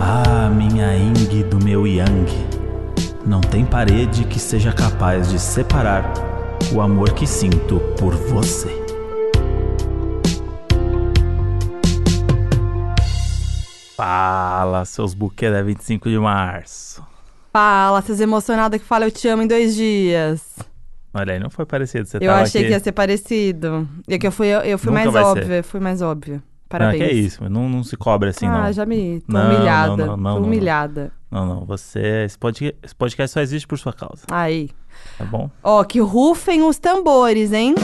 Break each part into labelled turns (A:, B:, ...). A: Ah, minha Ying do meu Yang. Não tem parede que seja capaz de separar o amor que sinto por você. Fala, seus buquês da 25 de março.
B: Fala, seus emocionados que fala eu te amo em dois dias.
A: Olha aí, não foi parecido. Você
B: eu
A: tava
B: achei
A: aqui...
B: que ia ser parecido. E é que eu fui, eu, eu fui
A: Nunca
B: mais
A: vai ser.
B: óbvia, fui mais óbvia.
A: Não,
B: Parabéns.
A: que é isso, não, não se cobra assim,
B: ah,
A: não.
B: já me tô
A: Não, não,
B: humilhada.
A: não, não,
B: tô
A: não.
B: humilhada.
A: Não, não, você... Esse podca- esse podcast só existe por sua causa,
B: Aí.
A: tá bom?
B: Ó, que rufem os tambores, hein?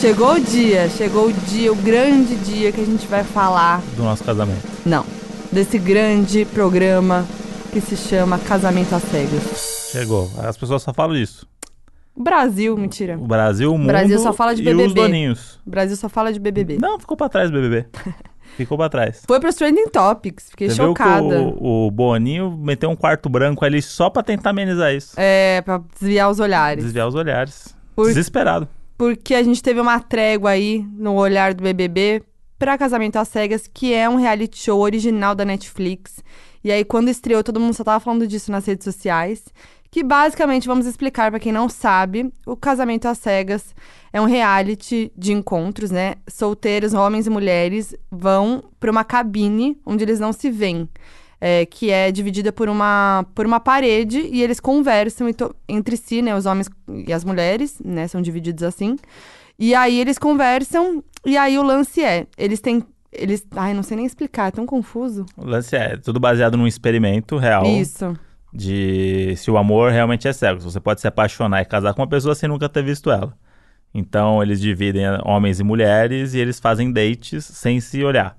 B: Chegou o dia, chegou o dia, o grande dia que a gente vai falar.
A: Do nosso casamento.
B: Não, desse grande programa que se chama Casamento às Cegas.
A: Chegou. As pessoas só falam disso.
B: Brasil, mentira.
A: O Brasil, o mundo
B: Brasil só fala de
A: e os
B: BBB.
A: doninhos.
B: O Brasil só fala de BBB.
A: Não, ficou pra trás, BBB. ficou pra trás.
B: Foi pros Trending Topics, fiquei
A: Você
B: chocada.
A: viu que o, o Boninho meteu um quarto branco ali só pra tentar amenizar isso.
B: É, pra desviar os olhares.
A: Desviar os olhares.
B: Por-
A: Desesperado.
B: Porque a gente teve uma trégua aí no olhar do BBB pra Casamento às Cegas, que é um reality show original da Netflix. E aí, quando estreou, todo mundo só tava falando disso nas redes sociais. Que basicamente, vamos explicar pra quem não sabe, o Casamento às Cegas é um reality de encontros, né? Solteiros, homens e mulheres, vão pra uma cabine onde eles não se veem. é, que é dividida por uma, por uma parede e eles conversam e to- entre si, né? Os homens e as mulheres, né? São divididos assim. E aí eles conversam e aí o lance é, eles têm, eles, ai, não sei nem explicar, é tão confuso.
A: O lance é tudo baseado num experimento real
B: Isso.
A: de se o amor realmente é cego. Se Você pode se apaixonar e casar com uma pessoa sem nunca ter visto ela. Então eles dividem homens e mulheres e eles fazem dates sem se olhar.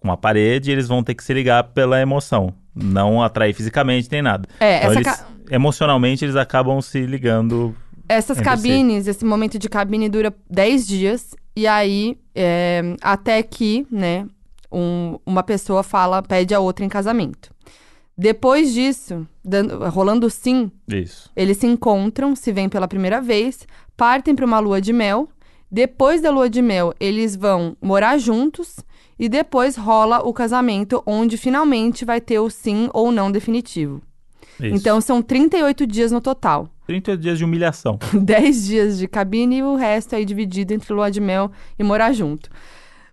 A: Com a parede, eles vão ter que se ligar pela emoção. Não atrair fisicamente nem nada.
B: É,
A: Então,
B: essa
A: eles-
B: ca-
A: emocionalmente eles acabam se ligando.
B: Essas
A: Entre si.
B: cabines, esse momento de cabine dura 10 dias. E aí, é, até que, né, um- uma pessoa fala, pede a outra em casamento. Depois disso, dando- rolando sim,
A: Isso.
B: eles se encontram, se veem pela primeira vez, partem para uma lua de mel. Depois da lua de mel, eles vão morar juntos e depois rola o casamento, onde finalmente vai ter o sim ou não definitivo.
A: isso.
B: Então são 38 dias no total.
A: 30 dias de humilhação.
B: 10 dias de cabine e o resto aí dividido entre lua de mel e morar junto.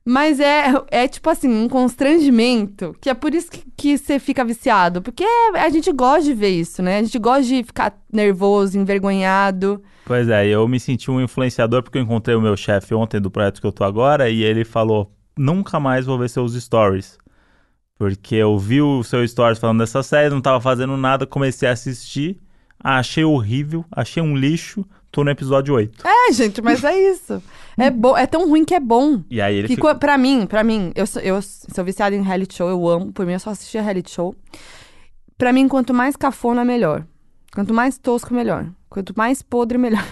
B: Mas é, é tipo assim, um constrangimento, que é por isso que, que você fica viciado. Porque é, a gente gosta de ver isso, né? A gente gosta de ficar nervoso, envergonhado.
A: Pois é, eu me senti um influenciador porque eu encontrei o meu chefe ontem do projeto que eu tô agora e ele falou: nunca mais vou ver seus stories. Porque eu vi o seu stories falando dessa série, não tava fazendo nada, comecei a assistir, achei horrível, achei um lixo, tô no episódio 8.
B: É, gente, mas é isso. É, bo é tão ruim que é bom.
A: E aí ele
B: Que
A: ficou.
B: quan- pra mim, pra mim, eu sou, eu sou viciada em reality show, eu amo. Por mim, eu só assistia reality show. Pra mim, quanto mais cafona, melhor. Quanto mais tosco, melhor. Quanto mais podre, melhor.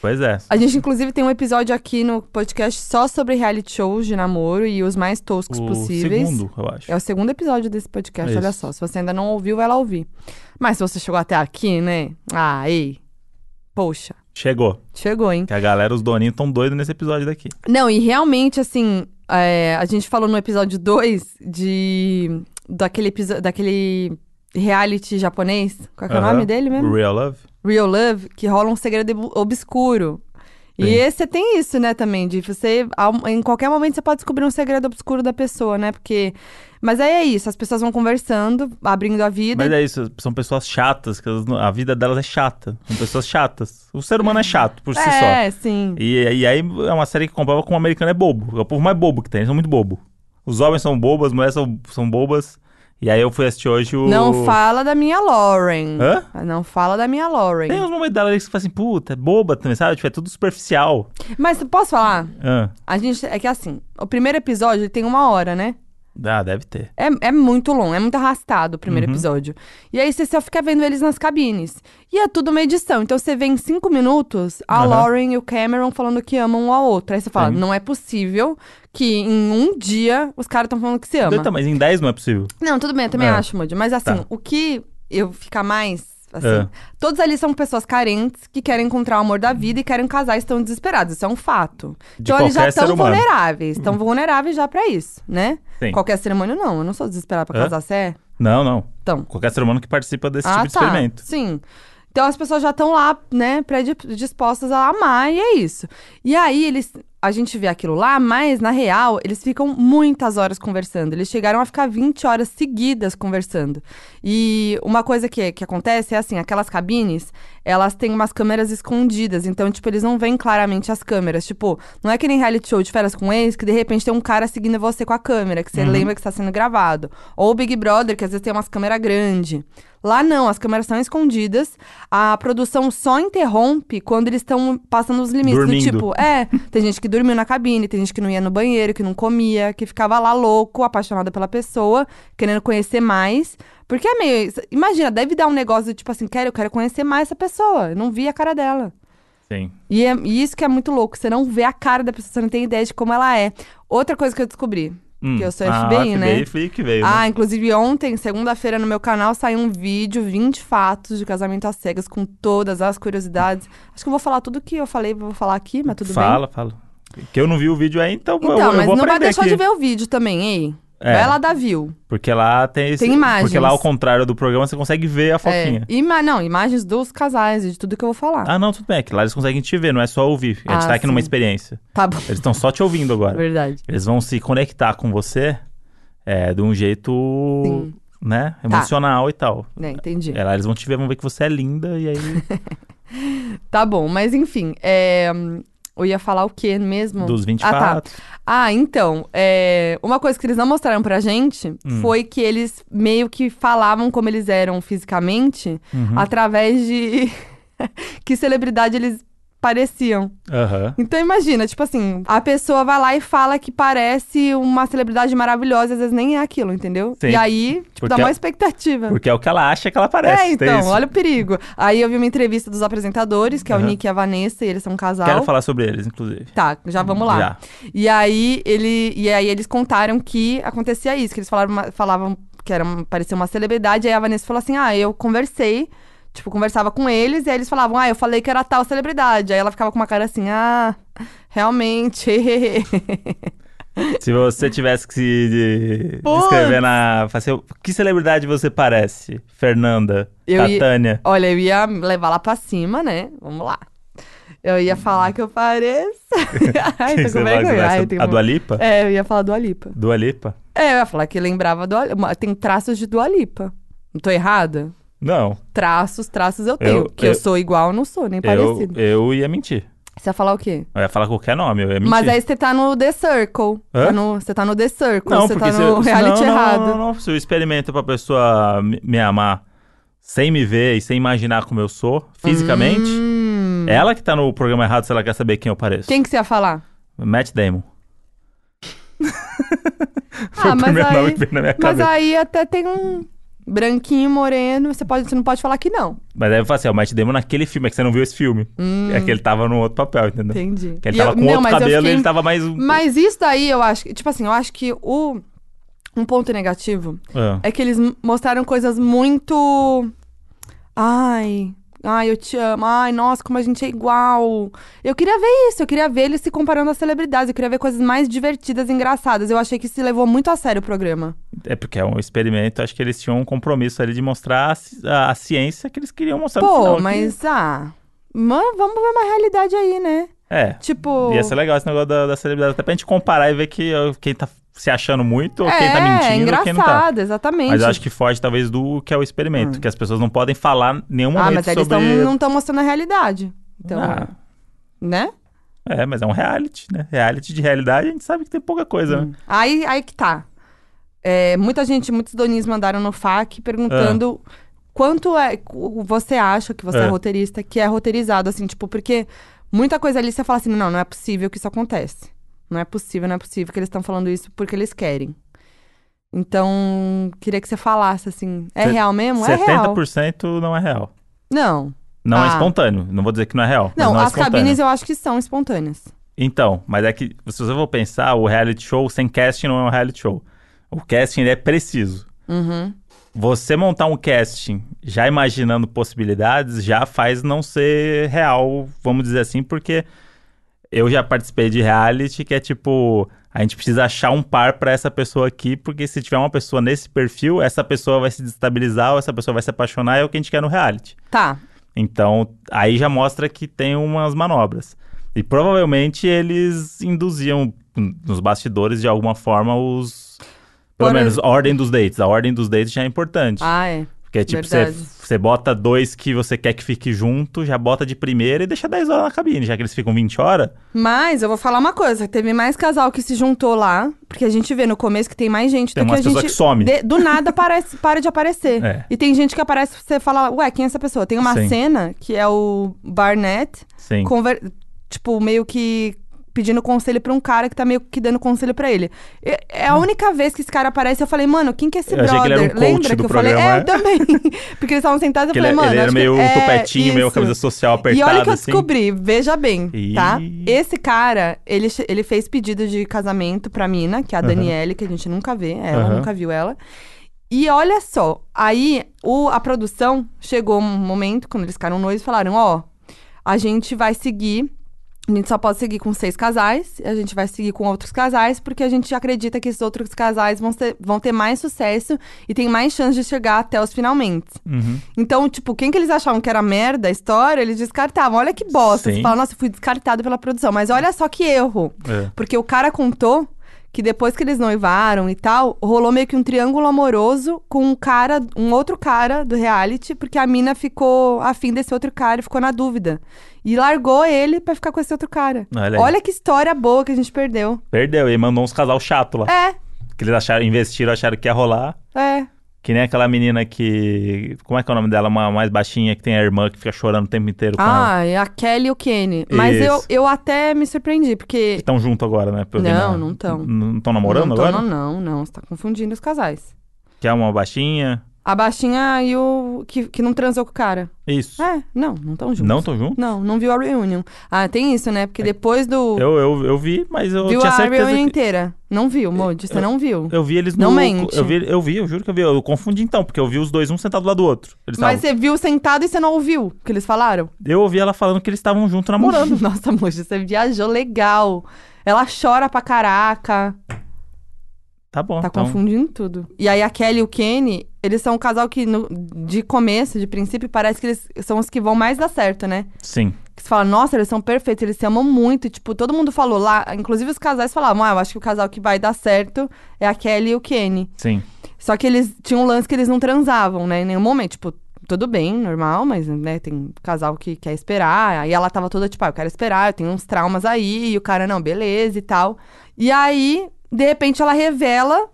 A: Pois é.
B: A gente, inclusive, tem um episódio aqui no podcast só sobre reality shows de namoro e os mais toscos
A: O
B: possíveis.
A: segundo, eu acho.
B: É o segundo episódio desse podcast,
A: Isso.
B: olha só. Se você ainda não ouviu, vai lá ouvir. Mas se você chegou até aqui, né? Ah, ei. Poxa,
A: Chegou.
B: chegou, hein?
A: Que a galera, os doninhos, tão doidos nesse episódio daqui.
B: Não, e realmente, assim, é, a gente falou no episódio 2 de. Daquele, episo- daquele reality japonês. Qual que é o
A: Aham.
B: nome dele mesmo?
A: Real Love.
B: Real Love, que rola um segredo ob- obscuro.
A: Sim.
B: E esse tem isso, né, também, de você, ao- em qualquer momento você pode descobrir um segredo obscuro da pessoa, né, porque... Mas aí é isso, as pessoas vão conversando, abrindo a vida.
A: Mas é isso, são pessoas chatas, que elas não- a vida delas é chata. São pessoas chatas. O ser humano é chato por si só.
B: é, sim.
A: E, e aí é uma série que comprova como o americano é bobo. É o povo mais bobo que tem, eles são muito bobo. Os homens são bobos, as mulheres são, são bobas. E aí eu fui assistir hoje o.
B: Não fala da minha Lauren.
A: Hã?
B: Não fala da minha Lauren.
A: Tem uns momentos dela ali que você fala assim, puta, é boba também, sabe? Tipo, é tudo superficial.
B: Mas posso falar?
A: Ah,
B: A gente, é que assim, o primeiro episódio ele tem uma hora, né?
A: ah, deve ter.
B: É, é muito longo, é muito arrastado o
A: Uhum.
B: primeiro episódio. E aí você só fica vendo eles nas cabines. E é tudo uma edição. Então você vê em cinco minutos a
A: Aham.
B: Lauren e o Cameron falando que amam um ao outro. Aí você fala,
A: Sim.
B: não é possível que em um dia os caras estão falando que se ama.
A: Então, mas em 10 não é possível.
B: Não, tudo bem, eu também
A: É.
B: acho, Moody. Mas assim,
A: Tá.
B: o que eu ficar mais. Assim,
A: É.
B: Todos ali são pessoas carentes que querem encontrar o amor da vida e querem casar e estão desesperados. Isso é um fato.
A: De
B: então eles já
A: qualquer ser
B: estão
A: humano. Uhum.
B: vulneráveis. Estão vulneráveis já pra isso, né?
A: Sim.
B: Qualquer ser humano não. Eu não sou desesperada pra
A: Hã?
B: casar, você é?
A: Não, não.
B: Então.
A: Qualquer ser humano que participa desse tipo de
B: tá.
A: experimento.
B: Sim. Então as pessoas já estão lá, né, predispostas a amar e é isso. E aí eles. A gente vê aquilo lá, mas na real, eles ficam muitas horas conversando. Eles chegaram a ficar 20 horas seguidas conversando. E uma coisa que, que acontece é assim: aquelas cabines, elas têm umas câmeras escondidas. Então, tipo, eles não veem claramente as câmeras. Tipo, não é que nem reality show de férias com ex, que de repente tem um cara seguindo você com a câmera, que você lembra que está sendo gravado. Ou o Big Brother, que às vezes tem umas câmeras grandes. Lá não, as câmeras são escondidas. A produção só interrompe quando eles estão passando os limites.
A: Dormindo.
B: Do tipo, é, tem gente que dormiu na cabine, tem gente que não ia no banheiro, que não comia, que ficava lá louco, apaixonada pela pessoa, querendo conhecer mais. Porque é meio. Imagina, deve dar um negócio do tipo assim, quero, eu quero conhecer mais essa pessoa. Eu não vi a cara dela.
A: Sim.
B: E, é- e isso que é muito louco, você não vê a cara da pessoa, você não tem ideia de como ela é. Outra coisa que eu descobri,
A: Hum.
B: que eu sou
A: Ah,
B: FBI, né?
A: FBI foi que veio. né?
B: Ah, inclusive ontem, segunda-feira, no meu canal saiu um vídeo, 20 fatos de casamento às cegas, com todas as curiosidades. Acho que eu vou falar tudo que eu falei, vou falar aqui, mas tudo
A: fala, fala. Que eu não vi o vídeo aí, então,
B: bem.
A: eu,
B: Então,
A: eu
B: mas
A: vou
B: não vai
A: aprender
B: deixar
A: aqui.
B: de ver o vídeo também, hein?
A: É.
B: Vai lá dar view.
A: Porque lá tem esse...
B: Tem imagens.
A: Porque lá, ao contrário do programa, você consegue ver a fotinha.
B: É, ima- não, imagens dos casais, de tudo que eu vou falar.
A: Ah, não, tudo bem. É que lá eles conseguem te ver, não é só ouvir. A gente
B: Ah,
A: tá aqui numa
B: sim.
A: experiência.
B: Tá bom,
A: Eles estão só te ouvindo agora.
B: verdade.
A: Eles vão se conectar com você é, de um jeito,
B: Sim. Tá.
A: né, emocional e tal.
B: Né, entendi.
A: É, lá eles vão te ver, vão ver que você é linda e aí...
B: Tá bom, mas enfim, é, hum, eu ia falar o quê mesmo?
A: Dos 20
B: ah, tá.
A: fatos.
B: Ah, então, é, uma coisa que eles não mostraram pra gente
A: Hum.
B: foi que eles meio que falavam como eles eram fisicamente
A: Uhum.
B: através de que celebridade eles pareciam.
A: Aham.
B: Então imagina, tipo assim, a pessoa vai lá e fala que parece uma celebridade maravilhosa, às vezes nem é aquilo, entendeu?
A: Sim.
B: E aí, tipo,
A: Porque
B: dá uma
A: a-
B: expectativa.
A: Porque é o que ela acha que ela parece.
B: É,
A: tem
B: então,
A: isso.
B: olha o perigo. Aí eu vi uma entrevista dos apresentadores, que é o
A: Aham.
B: Nick e a Vanessa, e eles são um casal.
A: Quero falar sobre eles, inclusive.
B: Tá, já vamos lá.
A: Já.
B: E aí ele, e aí eles contaram que acontecia isso, que eles falaram, uma- falavam que era uma- parecia uma celebridade, aí a Vanessa falou assim: "Ah, eu conversei, tipo, conversava com eles e aí eles falavam: "Ah, eu falei que era tal celebridade". Aí ela ficava com uma cara assim: "Ah, realmente".
A: Se você tivesse que se de-
B: Putz.
A: descrever na... fazer o- Que celebridade você parece? Fernanda?
B: Eu ia-
A: Catânia?
B: Olha, eu ia levar lá pra cima, né? Vamos lá. Eu ia falar que eu pareço. Ai,
A: Quem
B: então é tô
A: você
B: com
A: vai-
B: vergonha.
A: vai ser-
B: Ai, tenho
A: A
B: uma-
A: Dua Lipa?
B: É, eu ia falar do Alipa.
A: Dua Lipa?
B: É, eu ia falar que lembrava do Alipa. Tem traços de Dua Lipa. Não tô errada?
A: Não.
B: Traços, traços eu tenho.
A: Eu-
B: que eu,
A: eu-
B: sou igual, eu não sou, nem
A: Eu,
B: parecido.
A: eu ia mentir.
B: Você ia falar o quê?
A: Eu ia falar qualquer nome, eu ia mentir.
B: Mas aí você tá no The Circle.
A: Hã?
B: Tá no- Você tá no The Circle,
A: Não,
B: você
A: porque
B: tá
A: se,
B: no
A: se-
B: reality
A: não, não,
B: errado.
A: Não, não, não. Se eu experimento pra pessoa me, me amar sem me ver e sem imaginar como eu sou, fisicamente,
B: Hum.
A: ela que tá no programa errado se ela quer saber quem eu pareço.
B: Quem que você ia falar?
A: Matt Damon. Foi
B: ah,
A: o
B: mas
A: primeiro nome
B: aí.
A: que veio na minha
B: Mas
A: cabeça.
B: aí até tem um branquinho, moreno. Você, pode, você não pode falar que não.
A: Mas aí eu falo assim, é o Matt Damon naquele filme, é que você não viu esse filme. É que ele tava num outro papel, entendeu?
B: Hum. Entendi.
A: Que ele
B: E eu-
A: tava com
B: não,
A: outro
B: mas eu
A: cabelo e
B: fiquei-
A: ele tava mais... um-
B: Mas isso daí eu acho. que- Tipo assim, eu acho que o. Um ponto negativo
A: Ah.
B: é que eles m- mostraram coisas muito. Ai. Ai, eu te amo. Ai, nossa, como a gente é igual. Eu queria ver isso. Eu queria ver eles se comparando às celebridades. Eu queria ver coisas mais divertidas, engraçadas. Eu achei que se levou muito a sério o programa.
A: É porque é um experimento, acho que eles tinham um compromisso ali de mostrar a, ci- a- a ciência que eles queriam mostrar no
B: Pô,
A: final. que-
B: mas ah. Mano, vamos ver uma realidade aí, né?
A: É,
B: Tipo.
A: Ia ser legal esse negócio da, da celebridade. Até pra gente comparar e ver que ó, quem tá se achando muito, ou
B: é,
A: quem tá
B: é
A: mentindo, ou
B: engraçado,
A: quem não tá.
B: exatamente.
A: Mas eu acho que foge talvez do que é o experimento, que as pessoas não podem falar em nenhum
B: ah,
A: momento
B: mas aí eles
A: sobre...
B: tão- não estão mostrando a realidade. Então,
A: Ah,
B: né?
A: é, mas é um reality, né? Reality de realidade, a gente sabe que tem pouca coisa,
B: Hum.
A: né?
B: Aí, aí que tá. É, muita gente, muitos doninhos mandaram no FAQ perguntando quanto é cu- você acha que você é.
A: É.
B: roteirista, que é roteirizado, assim, tipo, porque muita coisa ali você fala assim, não, não é possível que isso acontece. Não é possível, não é possível que eles estão falando isso porque eles querem. Então, queria que você falasse assim, é
A: Se-
B: real mesmo? É real.
A: 70% não é real.
B: Não.
A: Não é
B: Ah.
A: espontâneo. Não vou dizer que não é real. mas
B: Não,
A: não é
B: as
A: espontâneo.
B: cabines eu acho que são espontâneas.
A: Então, mas é que, se você for pensar, o reality show sem casting não é um reality show. O casting ele é preciso.
B: Uhum.
A: Você montar um casting já imaginando possibilidades já faz não ser real, vamos dizer assim, porque eu já participei de reality que é tipo, A gente precisa achar um par pra essa pessoa aqui, porque se tiver uma pessoa nesse perfil, essa pessoa vai se destabilizar, ou essa pessoa vai se apaixonar, é o que a gente quer no reality.
B: Tá.
A: Então, aí já mostra que tem umas manobras. E provavelmente eles induziam hum, nos bastidores de alguma forma os. Pelo
B: Por
A: menos a ordem dos dates. A ordem dos dates já é importante.
B: Ah, é.
A: porque é tipo, você,
B: verdade.
A: você bota dois que você quer que fique junto, já bota de primeira e deixa 10 horas na cabine, já que eles ficam 20
B: É
A: horas.
B: Mas eu vou falar uma coisa: teve mais casal que se juntou lá, porque a gente vê no começo que tem mais gente
A: Tem
B: do que
A: umas
B: a gente.
A: pessoas que somem.
B: de- do nada parece, para de aparecer.
A: É.
B: E tem gente que aparece você fala, ué, quem é essa pessoa? Tem uma
A: Sim.
B: cena que é o Barnett,
A: Sim.
B: conver- tipo, meio que pedindo conselho pra um cara que tá meio que dando conselho pra ele. E- É a única vez que esse cara aparece, eu falei, mano, quem que é esse
A: Hum. Eu achei
B: brother?
A: que ele era um coach
B: Lembra
A: do
B: que eu falei?
A: programa,
B: é,
A: né?
B: eu também. Porque eles estavam sentados, eu
A: Porque
B: falei,
A: ele,
B: mano.
A: ele era
B: acho
A: meio
B: que...
A: um
B: é,
A: topetinho, meio
B: isso.
A: camisa social apertada.
B: E olha que eu
A: assim.
B: descobri, veja bem, tá?
A: Ih.
B: Esse cara, ele, che- ele fez pedido de casamento pra mina, que é a
A: Aham.
B: Daniele, que a gente nunca vê, é, ela
A: Aham.
B: nunca viu ela. E olha só, aí o, a produção chegou um momento, quando eles ficaram noivos, falaram: ó, a gente vai seguir. A gente só pode seguir com seis casais, a gente vai seguir com outros casais, porque a gente acredita que esses outros casais vão, ser, vão ter mais sucesso e tem mais chance de chegar até os finalmente.
A: Uhum.
B: Então, tipo, quem que eles achavam que era merda a história, eles descartavam. Olha que bosta.
A: Sim.
B: Você fala, nossa, eu fui descartado pela produção. Mas olha só que erro.
A: É.
B: Porque o cara contou que depois que eles noivaram e tal, rolou meio que um triângulo amoroso com um cara, um outro cara do reality, porque a mina ficou afim desse outro cara e ficou na dúvida. E largou ele pra ficar com esse outro cara.
A: Olha aí.
B: Olha que história boa que a gente perdeu.
A: é- Perdeu, e mandou uns casal chato lá.
B: É,
A: Que eles acharam, investiram, acharam que ia rolar.
B: é.
A: Que nem aquela menina que. Como é que é o nome dela? Uma mais baixinha que tem a irmã que fica chorando o tempo inteiro com ela.
B: Ah, e a Kelly e o Kenny. Mas eu,
A: Isso.
B: eu até me surpreendi, porque.
A: Estão junto agora, né? Pelo que
B: Não,
A: na-
B: não tão.
A: Não estão namorando
B: não, tô-
A: agora?
B: Não, não, não. Você tá confundindo os casais.
A: Que é uma baixinha.
B: A baixinha e o. que, que não transou com o cara.
A: Isso.
B: É, não, não tão juntos.
A: não estão junto?
B: Não, não viu a reunion. Ah, tem isso, né? Porque depois do.
A: Eu, eu, eu vi, mas eu
B: viu
A: tinha
B: a
A: certeza. Que...
B: reunion inteira. Não viu, Modi. Você não viu.
A: Eu vi eles no.
B: Não mente.
A: Eu vi, eu vi, eu juro que eu vi. Eu confundi então, porque eu vi os dois um sentado do lado do outro. Eles
B: Mas é-
A: estavam-
B: você viu sentado e você não ouviu o que eles falaram?
A: Eu ouvi ela falando que eles estavam junto namorando.
B: Nossa, Moji, você viajou legal. Ela chora pra caraca.
A: Tá bom.
B: Tá
A: então.
B: confundindo tudo. E aí a Kelly e o Kenny, eles são um casal que no- de começo, de princípio, parece que eles são os que vão mais dar certo, né?
A: Sim.
B: Que você fala, nossa, eles são perfeitos, eles se amam muito. E, tipo, todo mundo falou lá, inclusive os casais falavam, ah, eu acho que o casal que vai dar certo é a Kelly e o Kenny.
A: Sim.
B: Só que eles tinham um lance que eles não transavam, né? Em nenhum momento, tipo, tudo bem, normal, mas, né, tem casal que quer esperar. Aí ela tava toda, tipo, ah, eu quero esperar, eu tenho uns traumas aí. E o cara, não, beleza e tal. E aí, de repente, ela revela,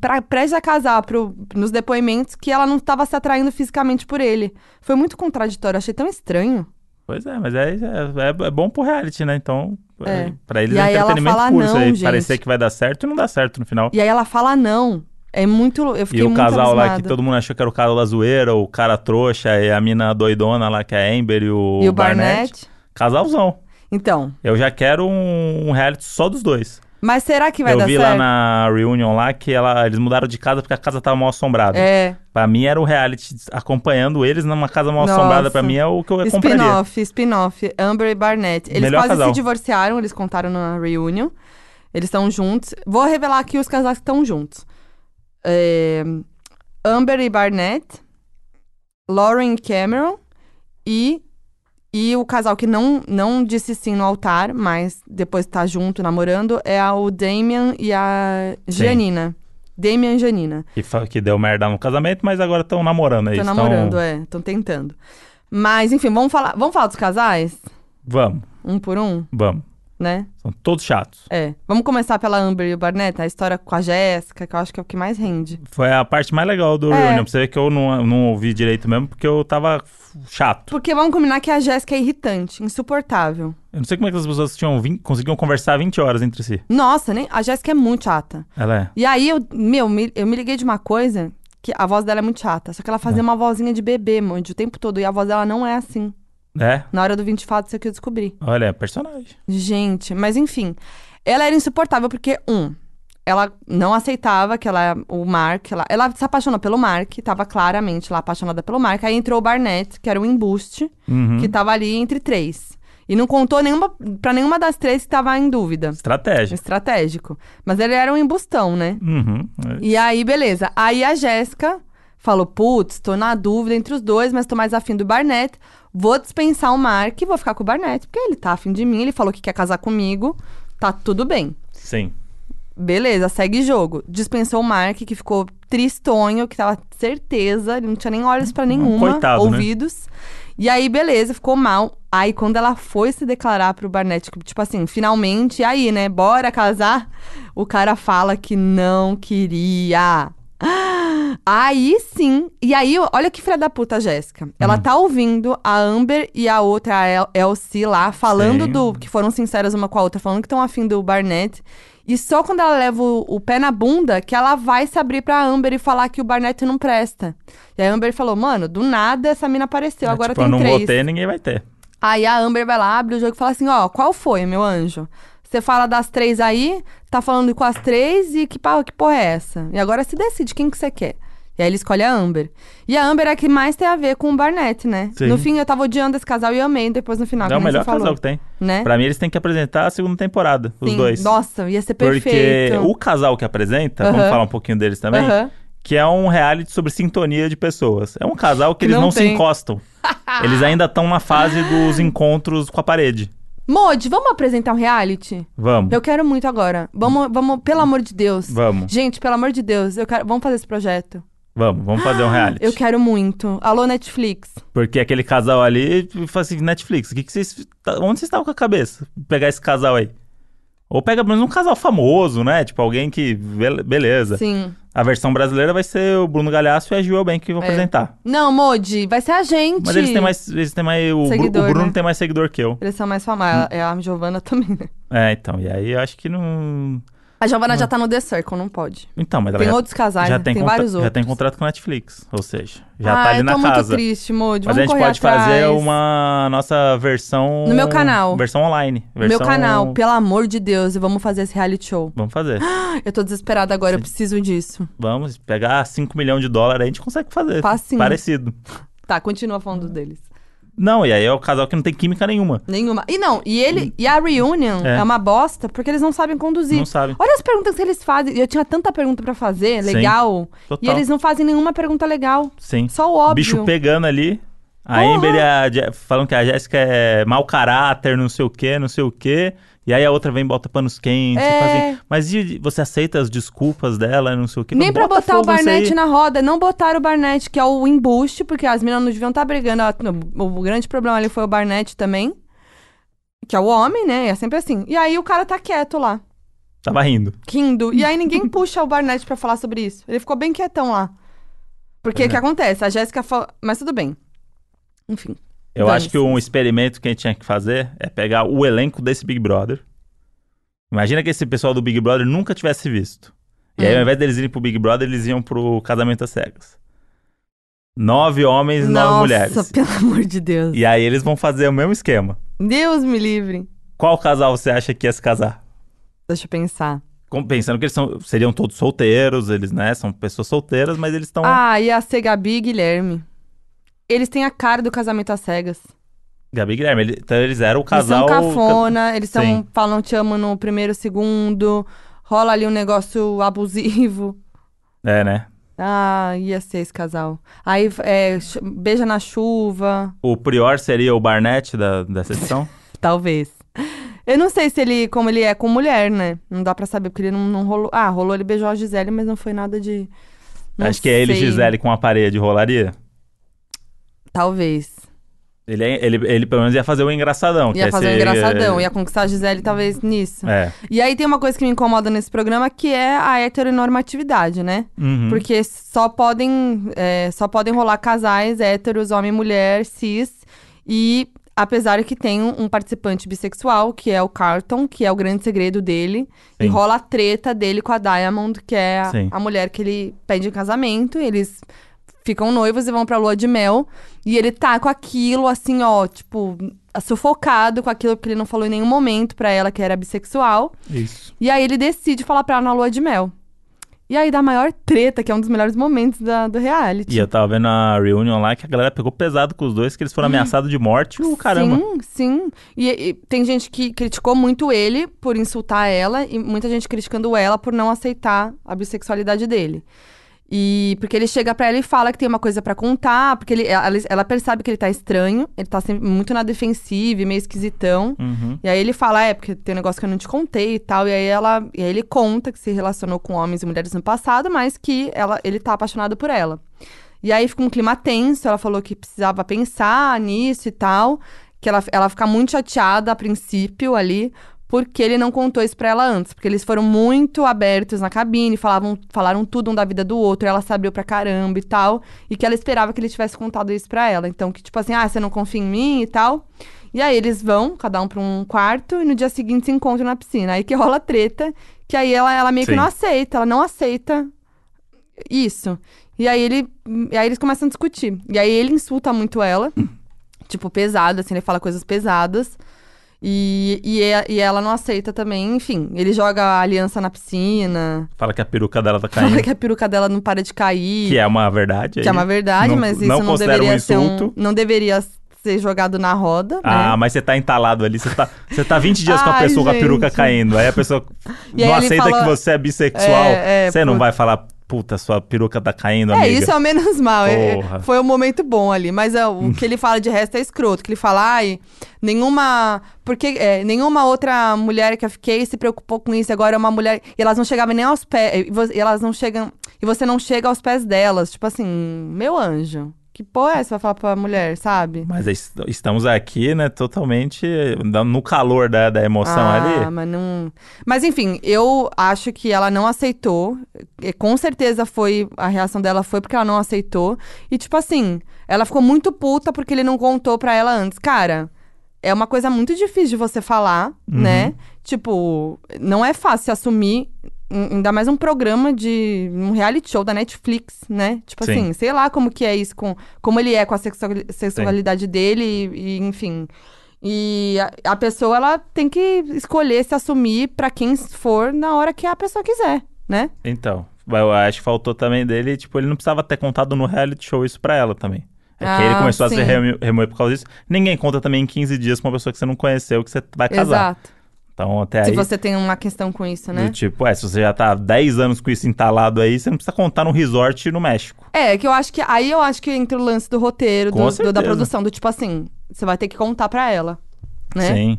B: pra, prestes a casar pro, nos depoimentos, que ela não tava se atraindo fisicamente por ele. Foi muito contraditório, achei tão estranho.
A: Pois é, mas é, é, é bom pro reality, né? Então,
B: É.
A: é. pra eles
B: E
A: é
B: aí ela
A: entretenimento
B: fala,
A: puro isso
B: "Não,
A: aí.
B: gente."
A: Parecer que vai dar certo e não dá certo no final.
B: E aí ela fala não. É muito. lou- Eu fiquei
A: E o
B: muito
A: casal lá que
B: abismada.
A: todo mundo achou que era o cara da zoeira, o cara trouxa e a mina doidona lá que é a Amber e o,
B: E o Barnett.
A: Casalzão.
B: Então.
A: Eu já quero um, um reality só dos dois.
B: Mas será que vai
A: eu
B: dar
A: vi
B: certo?
A: lá na reunion lá que ela- eles mudaram de casa porque a casa tava mal assombrada.
B: É.
A: Pra mim era o reality acompanhando eles numa casa mal
B: Nossa.
A: assombrada. Pra mim é o que eu compraria.
B: Spin-off, spin-off. Amber e Barnett. Eles
A: Melhor
B: quase
A: casal.
B: se divorciaram, eles contaram na reunião. Eles estão juntos. Vou revelar aqui os casais que estão juntos. É, Amber e Barnett, Lauren e Cameron e, e o casal que não, não disse sim no altar, mas depois tá junto, namorando, é a- o Damian e a
A: Sim.
B: Janina. Damian e Janina.
A: Que, fa- que deu merda no casamento, mas agora estão namorando aí.
B: Estão
A: tão-
B: namorando, é. Estão tentando. Mas, enfim, vamos falar, vamos falar dos casais?
A: Vamos,
B: Um por um?
A: vamos.
B: né?
A: São todos chatos.
B: É. Vamos começar pela Amber e o Barnett, a história com a Jéssica, que eu acho que é o que mais rende.
A: Foi a parte mais legal do
B: É.
A: reunion. Pra você ver que eu não, não ouvi direito mesmo, porque eu tava chato.
B: Porque vamos combinar que a Jéssica é irritante, insuportável.
A: Eu não sei como é que as pessoas tinham vin- conseguiam conversar 20 horas entre si.
B: Nossa, nem a Jéssica é muito chata.
A: Ela é.
B: E aí eu, meu, me- eu me liguei de uma coisa que a voz dela é muito chata, só que ela fazia uma vozinha de bebê, monte, o tempo todo e a voz dela não é assim.
A: É?
B: Na hora do 20 fatos, isso é que eu descobri.
A: Olha, é personagem.
B: Gente, mas enfim. Ela era insuportável porque, um, ela não aceitava que ela, o Mark, ela, ela se apaixonou pelo Mark, tava claramente lá apaixonada pelo Mark. Aí entrou o Barnett, que era um embuste,
A: Uhum.
B: que tava ali entre três. E não contou nenhuma, pra nenhuma das três que tava em dúvida.
A: Estratégia.
B: Estratégico. Mas ele era um embustão, né?
A: Uhum.
B: E aí, beleza. Aí a Jéssica falou: putz, tô na dúvida entre os dois, mas tô mais afim do Barnett. Vou dispensar o Mark e vou ficar com o Barnett, porque ele tá afim de mim, ele falou que quer casar comigo. Tá tudo bem.
A: Sim.
B: Beleza, segue jogo. Dispensou o Mark, que ficou tristonho, que tava certeza, ele não tinha nem olhos pra nenhuma,
A: coitado, né?
B: ouvidos. E aí, beleza, ficou mal. Aí, quando ela foi se declarar pro Barnett, que, tipo assim, finalmente, e aí, né, bora casar? O cara fala que não queria. Aí sim. E aí, olha que filha da puta, a Jéssica. Ela
A: Hum.
B: tá ouvindo a Amber e a outra, a El- Elsie, lá, falando
A: Sim.
B: do. tipo, que foram sinceras uma com a outra, falando que estão afim do Barnett. E só quando ela leva o, o pé na bunda que ela vai se abrir pra Amber e falar que o Barnett não presta. E a Amber falou: mano, do nada essa mina apareceu,
A: É
B: Então, agora
A: tipo,
B: tem
A: eu não
B: três.
A: vou ter, ninguém vai ter.
B: Aí a Amber vai lá, abre o jogo e fala assim: ó, qual foi, meu anjo? Você fala das três aí, tá falando com as três e que, pa- que porra é essa? E agora se decide quem que você quer. E aí ele escolhe a Amber. E a Amber é a que mais tem a ver com o Barnett, né?
A: Sim.
B: No fim, eu tava odiando esse casal e amei depois no final.
A: é o
B: Ah, que nem
A: melhor
B: você falou,
A: casal que tem.
B: Né?
A: Pra mim, eles têm que apresentar a segunda temporada, os
B: Sim.
A: dois.
B: Nossa, ia ser
A: Porque
B: perfeito.
A: o casal que apresenta, vamos
B: Aham.
A: falar um pouquinho deles também,
B: Aham.
A: que é um reality sobre sintonia de pessoas. É um casal que
B: Que
A: eles não,
B: não
A: se
B: tem.
A: encostam. eles ainda estão na fase dos encontros com a parede.
B: Modi, vamos apresentar um reality?
A: Vamos.
B: Eu quero muito agora. Vamos, vamos, pelo amor de Deus.
A: Vamos,
B: Gente, pelo amor de Deus, eu quero. Vamos fazer esse projeto.
A: vamos, vamos fazer um reality.
B: Ah, Eu quero muito. Alô, Netflix.
A: Porque aquele casal ali, fala assim, Netflix, o que que vocês, tá- onde vocês estavam com a cabeça? Pegar esse casal aí. Ou pega pelo menos um casal famoso, né? Tipo, alguém que. be- Beleza.
B: Sim.
A: A versão brasileira vai ser o Bruno Galhaço e a Gil Elben
B: É.
A: que vão apresentar.
B: Não, Modi, vai ser a gente.
A: Mas eles têm mais. Eles têm mais o, Bru- o
B: Seguidor,
A: Bruno
B: né?
A: tem mais seguidor que eu.
B: Eles são mais
A: Hum.
B: famosos. É a Giovana também, né?
A: É, então. E aí eu acho que não.
B: A Giovana já tá no The Circle, não pode.
A: Então, mas Hum. ela
B: tem
A: já,
B: outros casais,
A: já
B: né?
A: tem,
B: tem,
A: contra-
B: vários outros.
A: já tem contrato com a Netflix. Ou seja, já
B: ah,
A: tá ali
B: eu
A: na
B: tô muito
A: casa.
B: triste, Modi.
A: Mas
B: Vamos
A: a gente
B: correr
A: pode
B: atrás.
A: fazer uma nossa versão.
B: No meu canal.
A: Versão online.
B: No Meu
A: versão-
B: canal, pelo amor de Deus, e vamos fazer esse reality show.
A: Vamos fazer.
B: Eu tô desesperada agora, eu preciso disso.
A: Vamos pegar 5 milhões de dólares, aí a gente consegue fazer.
B: Facinho.
A: Parecido.
B: Tá, continua falando deles.
A: Não, e aí é o casal que não tem química nenhuma.
B: Nenhuma. E não, e ele. E a reunion
A: Hum. É.
B: é, uma bosta porque eles não sabem conduzir.
A: Não sabe.
B: Olha as perguntas que eles fazem. Eu tinha tanta pergunta pra fazer,
A: Sim.
B: legal. E
A: Total.
B: eles não fazem nenhuma pergunta legal.
A: Sim.
B: Só o óbvio.
A: Bicho pegando ali. A
B: Porra!
A: Amber e a Je- falam que a Jéssica é mau caráter, não sei o quê, não sei o quê. E aí a outra vem e bota panos quentes.
B: É.
A: e fala assim, Mas e você aceita as desculpas dela, não sei o quê?
B: Nem pra
A: Bota
B: botar o
A: fogo nisso
B: Barnett
A: aí.
B: na roda. Não botaram o Barnett, que é o embuste, porque as meninas não deviam estar brigando. Ah, O o grande problema ali foi o Barnett também. Que é o homem, né? É sempre assim. E aí o cara tá quieto lá,
A: Tava rindo.
B: rindo. E aí ninguém puxa o Barnett pra falar sobre isso. Ele ficou bem quietão lá. Porque o
A: É.
B: que acontece? A Jéssica fala. Mas tudo bem. Enfim.
A: Eu
B: Dane-se.
A: acho que um experimento que a gente tinha que fazer é pegar o elenco desse Big Brother. Imagina que esse pessoal do Big Brother nunca tivesse visto. E aí,
B: Hum.
A: ao invés deles irem pro Big Brother, eles iam pro casamento às cegas. Nove homens, nove
B: Nossa,
A: mulheres.
B: pelo amor de Deus.
A: E aí eles vão fazer o mesmo esquema.
B: Deus me livre.
A: Qual casal você acha que ia se casar?
B: Deixa eu pensar.
A: Com- Pensando que eles são, seriam todos solteiros, eles, né? São pessoas solteiras, mas eles estão.
B: Ah, e a C. Gabi e Guilherme. Eles têm a cara do casamento às cegas.
A: Gabi e Guilherme, ele- então eles eram o casal.
B: Eles são cafona, eles
A: Sim.
B: são, falam te amo no primeiro, segundo. Rola ali um negócio abusivo.
A: É, né?
B: Ah, ia ser esse casal. Aí, é, ch- beija na chuva,
A: O Prior seria o Barnett da, dessa edição?
B: talvez. Eu não sei se ele, como ele é com mulher, né? Não dá pra saber, porque ele não, não rolou. Ah, rolou, ele beijou a Gisele, mas não foi nada de. não
A: acho que é ele e
B: sei.
A: Gisele com a parede rolaria.
B: Talvez.
A: Ele, é- ele, ele pelo menos ia fazer o engraçadão. que
B: Ia fazer um
A: ser-
B: engraçadão, ia conquistar a Gisele, talvez nisso.
A: É.
B: E aí tem uma coisa que me incomoda nesse programa que é a heteronormatividade, né?
A: Uhum.
B: Porque só podem, é, só podem rolar casais héteros, homem e mulher, cis. E apesar que tem um, um participante bissexual, que é o Carlton, que é o grande segredo dele. E
A: Sim.
B: rola a treta dele com a Diamond, que é a,
A: Sim.
B: a mulher que ele pede em casamento. Eles ficam noivos e vão pra lua de mel. E ele tá com aquilo, assim, ó, tipo, sufocado com aquilo, porque ele não falou em nenhum momento pra ela que era bissexual.
A: Isso.
B: E aí ele decide falar pra ela na lua de mel. E aí dá a maior treta, que é um dos melhores momentos da- do reality.
A: E eu tava vendo a reunion lá que a galera pegou pesado com os dois, que eles
B: Hum.
A: foram ameaçados de morte. Uh, caramba.
B: Sim, sim. E, e tem gente que criticou muito ele por insultar ela e muita gente criticando ela por não aceitar a bissexualidade dele. E porque ele chega pra ela e fala que tem uma coisa pra contar, porque ele, ela, ela percebe que ele tá estranho, ele tá sempre muito na defensiva, e meio esquisitão.
A: Uhum.
B: E aí ele fala, é, porque tem um negócio que eu não te contei e tal. E aí ela. E aí ele conta que se relacionou com homens e mulheres no passado, mas que ela, ele tá apaixonado por ela. E aí fica um clima tenso, ela falou que precisava pensar nisso e tal. Que ela, ela fica muito chateada a princípio ali, porque ele não contou isso pra ela antes. Porque eles foram muito abertos na cabine, falavam, falaram tudo um da vida do outro, e ela se abriu pra caramba e tal. E que ela esperava que ele tivesse contado isso pra ela. Então, que tipo assim, ah, você não confia em mim e tal. E aí eles vão, cada um pra um quarto, e no dia seguinte se encontram na piscina. Aí que rola a treta, que aí ela, ela meio que
A: Sim.
B: não aceita, ela não aceita isso. E aí ele. E aí eles começam a discutir. E aí ele insulta muito ela. tipo, pesado, assim, ele fala coisas pesadas. E, e, e- e ela não aceita também, enfim. Ele joga a aliança na piscina,
A: Fala que a peruca dela tá
B: fala
A: caindo.
B: que a peruca dela não para de cair.
A: Que é uma verdade.
B: que é
A: aí.
B: uma verdade,
A: Não-
B: mas isso
A: não
B: não,
A: considera um
B: deveria ser um.
A: insulto.
B: Não deveria ser jogado na roda.
A: Ah,
B: né?
A: mas você tá entalado ali. Você tá, você tá 20 dias com a
B: Ai,
A: pessoa com a peruca
B: gente.
A: caindo. Aí a pessoa
B: E aí
A: não
B: ele
A: aceita
B: fala-
A: que você é bissexual.
B: É, é,
A: você não
B: putz.
A: vai falar, puta, sua peruca tá caindo, amiga.
B: É, isso é o menos mal. É,
A: Porra.
B: foi um momento bom ali. Mas é, o que ele fala de resto é escroto. Que ele fala, ai, nenhuma. Porque é, nenhuma outra mulher que eu fiquei se preocupou com isso. Agora é uma mulher. E elas não chegavam nem aos pés. E, vo- e elas não chegam. E você não chega aos pés delas. Tipo assim, meu anjo. Que porra é essa pra falar pra mulher, sabe?
A: Mas es- estamos aqui, né, totalmente no calor da, da emoção
B: ah,
A: ali.
B: mas não. Mas enfim, eu acho que ela não aceitou. E com certeza foi a reação dela foi porque ela não aceitou. E tipo assim, ela ficou muito puta porque ele não contou pra ela antes, cara. É uma coisa muito difícil de você falar,
A: Uhum.
B: né? Tipo, não é fácil se assumir, em- ainda mais um programa de um reality show da Netflix, né? Tipo
A: Sim.
B: assim, sei lá como que é isso com como ele é com a sexuali- sexualidade dele e, e, enfim. E a, a pessoa ela tem que escolher se assumir pra quem for na hora que a pessoa quiser, né?
A: Então, eu acho que faltou também dele, tipo, ele não precisava ter contado no reality show isso pra ela também. É que ele
B: Ah,
A: começou
B: sim.
A: a se remo- remoer por causa disso. Ninguém conta também em 15 dias com uma pessoa que você não conheceu, que você vai É casar.
B: Exato.
A: Então, até
B: Se
A: aí...
B: você tem uma questão com isso, né?
A: Do tipo, é, se você já tá há 10 anos com isso entalado aí, você não precisa contar no resort no México.
B: É, que eu acho que. Aí eu acho que entra o lance do roteiro,
A: Com
B: do- do- da
A: certeza.
B: produção, do tipo assim, você vai ter que contar pra ela. Né?
A: Sim.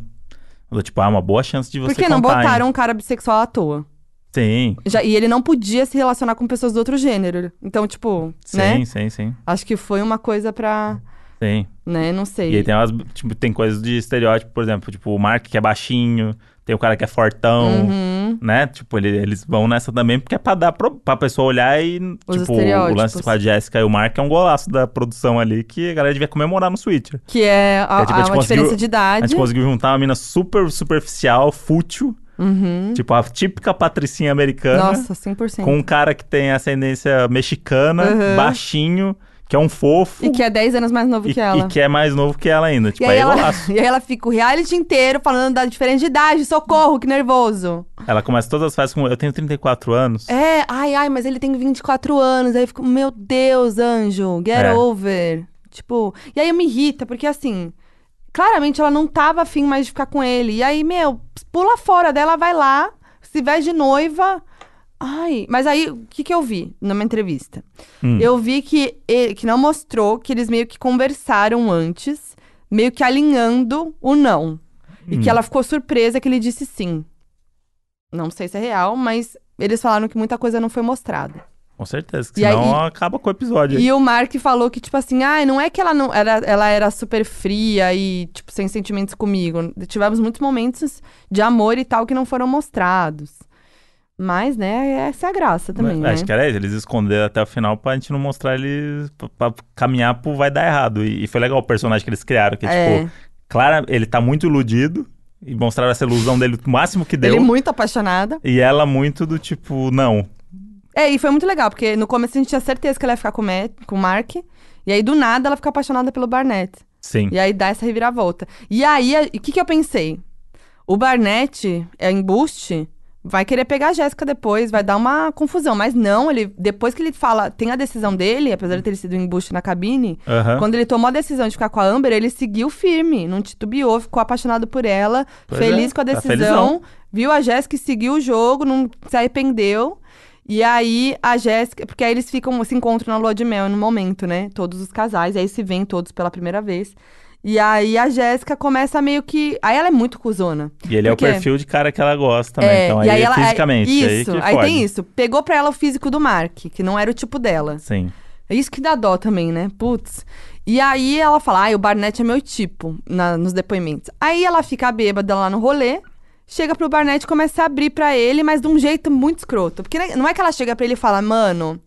A: Do tipo, ah, uma boa chance de você
B: Porque
A: contar.
B: não
A: hein?
B: botaram um cara bissexual à toa.
A: Sim,
B: Já- e ele não podia se relacionar com pessoas do outro gênero. Então, tipo,
A: sim,
B: né?
A: sim, sim,
B: Acho que foi uma coisa pra.
A: sim.
B: Né, não sei.
A: E aí tem umas, tipo, tem coisas de estereótipo, por exemplo, tipo, o Mark que é baixinho, tem o cara que é fortão,
B: Uhum.
A: né? Tipo, ele- eles vão nessa também porque é pra dar pro, pra pessoa olhar e,
B: Os
A: tipo, o
B: estereótipos.
A: lance com a Jessica e o Mark é um golaço da produção ali que a galera devia comemorar no Switcher.
B: Que é a,
A: É, tipo, a
B: a-
A: gente
B: uma
A: conseguiu-
B: diferença É
A: A
B: de idade.
A: gente conseguiu juntar uma mina super superficial, fútil,
B: Uhum.
A: tipo a típica patricinha americana.
B: Nossa, 100%.
A: com um cara que tem ascendência mexicana,
B: Uhum.
A: baixinho, que é um fofo
B: E que é 10 anos mais novo
A: e-
B: que ela.
A: e que é mais novo que ela ainda. Tipo,
B: E
A: aí
B: aí, ela,
A: golaço.
B: e aí ela fica o reality inteiro falando da diferença de idade, socorro, que nervoso.
A: Ela começa todas as fases com eu tenho 34 anos.
B: É, ai, ai, mas ele tem 24 anos. Aí eu fico, meu Deus, anjo, get
A: É.
B: over. Tipo, e aí me irrita, porque assim, claramente ela não tava afim mais de ficar com ele. E aí, meu, pula fora dela, vai lá, se veste de noiva. Ai, mas aí, o que que eu vi numa entrevista?
A: Hum.
B: Eu vi que, e- que não mostrou, que eles meio que conversaram antes, meio que alinhando o não. E
A: Hum.
B: que ela ficou surpresa que ele disse sim. Não sei se é real, mas eles falaram que muita coisa não foi mostrada.
A: Com certeza, que
B: E aí-
A: senão acaba com o episódio.
B: E o Mark falou que, tipo assim, ah, não é que ela não era, ela era super fria e, tipo, sem sentimentos comigo. Tivemos muitos momentos de amor e tal que não foram mostrados. Mas, né, essa é a graça também,
A: Mas-
B: né?
A: Acho que era isso, eles esconderam até o final pra gente não mostrar eles pra, pra caminhar pro vai dar errado. E, e foi legal o personagem que eles criaram, que
B: É.
A: tipo, Clara, ele tá muito iludido e mostraram essa ilusão dele o máximo que deu.
B: Ele é muito apaixonada.
A: E ela muito do tipo, não,
B: É, e foi muito legal, porque no começo a gente tinha certeza que ela ia ficar com o, Matt, com o Mark. E aí, do nada, ela fica apaixonada pelo Barnett.
A: sim.
B: E aí dá essa reviravolta. E aí, a- e o que, que eu pensei? O Barnett é embuste Vai querer pegar a Jéssica depois, vai dar uma confusão. Mas não, ele depois que ele fala, tem a decisão dele, apesar de ter sido um embuste na cabine,
A: Aham.
B: quando ele tomou a decisão de ficar com a Amber, ele seguiu firme, não titubeou, ficou apaixonado por ela,
A: Pois
B: feliz
A: é,
B: com a
A: tá
B: decisão,
A: felizão.
B: viu a Jéssica e seguiu o jogo, não se arrependeu. E aí a Jéssica, porque aí eles ficam, se encontram na lua de mel no momento, né? Todos os casais, aí se vêem todos pela primeira vez. E aí a Jéssica começa meio que, aí ela é muito cuzona.
A: E ele é o
B: Por quê?
A: perfil de cara que ela gosta, né?
B: É,
A: Então aí,
B: e aí
A: é
B: ela,
A: fisicamente. aí
B: Isso,
A: que
B: aí,
A: fode.
B: tem isso. Pegou pra ela o físico do Mark, que não era o tipo dela.
A: Sim.
B: É isso que dá dó também, né? Putz. E aí ela fala, ai, o Barnett é meu tipo, na- nos depoimentos. Aí ela fica bêbada lá no rolê, chega pro Barnett e começa a abrir pra ele, mas de um jeito muito escroto. Porque né, não é que ela chega pra ele e fala, mano,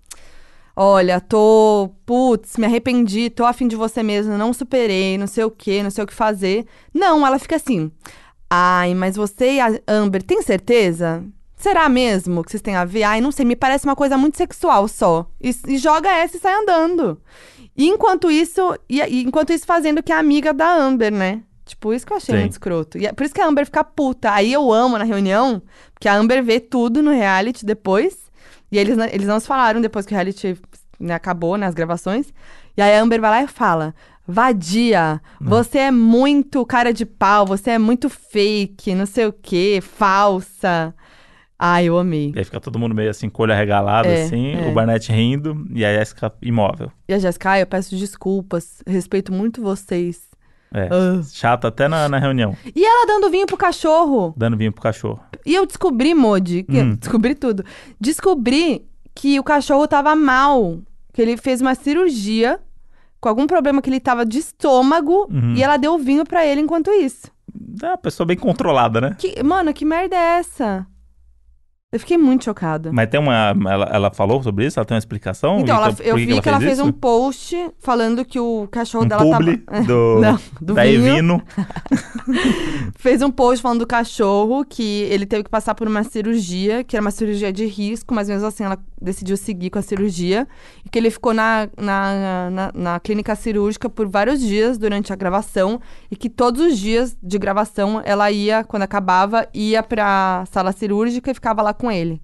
B: olha, tô, putz, me arrependi, tô afim de você mesmo, não superei, não sei o que, não sei o que fazer. Não, ela fica assim, ai, mas você e a Amber, tem certeza? Será mesmo que vocês têm a ver? Ai, não sei, me parece uma coisa muito sexual só. E, e joga essa e sai andando. E enquanto isso, e, e enquanto isso fazendo que é amiga da Amber, né? Tipo, isso que eu achei
A: Sim.
B: muito escroto. E é por isso que a Amber fica puta. Aí eu amo na reunião, porque a Amber vê tudo no reality depois. E eles, não- eles não se falaram depois que o reality né, acabou, nas gravações. E aí a Amber vai lá e fala: Vadia, você é muito cara de pau, você é muito fake, não sei o quê, falsa. Ai, eu amei.
A: E aí fica todo mundo meio assim, com o olho arregalado,
B: É,
A: assim,
B: é.
A: o Barnett rindo e é a Jéssica imóvel.
B: E a Jéssica, ai, eu peço desculpas, respeito muito vocês.
A: É.
B: Ah.
A: Chata até na, na reunião,
B: E ela dando vinho pro cachorro.
A: dando vinho pro cachorro.
B: E eu descobri, Modi, que-
A: Hum.
B: descobri tudo. Descobri que o cachorro tava mal. Que ele fez uma cirurgia com algum problema que ele tava de estômago
A: Uhum.
B: e ela deu vinho pra ele enquanto isso.
A: É uma pessoa bem controlada, né?
B: Que, mano, que merda é essa? Eu fiquei muito chocada.
A: Mas tem uma. Ela, ela falou sobre isso? Ela tem uma explicação?
B: Então, ela-
A: por
B: eu vi que, ela
A: fez
B: fez um
A: isso?
B: post falando que o cachorro
A: um
B: dela
A: publi
B: tava.
A: do,
B: Não, do
A: da
B: vinho.
A: Evino.
B: Fez um post falando do cachorro que ele teve que passar por uma cirurgia, que era uma cirurgia de risco, mas mesmo assim ela decidiu seguir com a cirurgia. E que ele ficou na, na, na, na clínica cirúrgica por vários dias durante a gravação. E que todos os dias de gravação ela ia, quando acabava, ia pra sala cirúrgica e ficava lá com ele.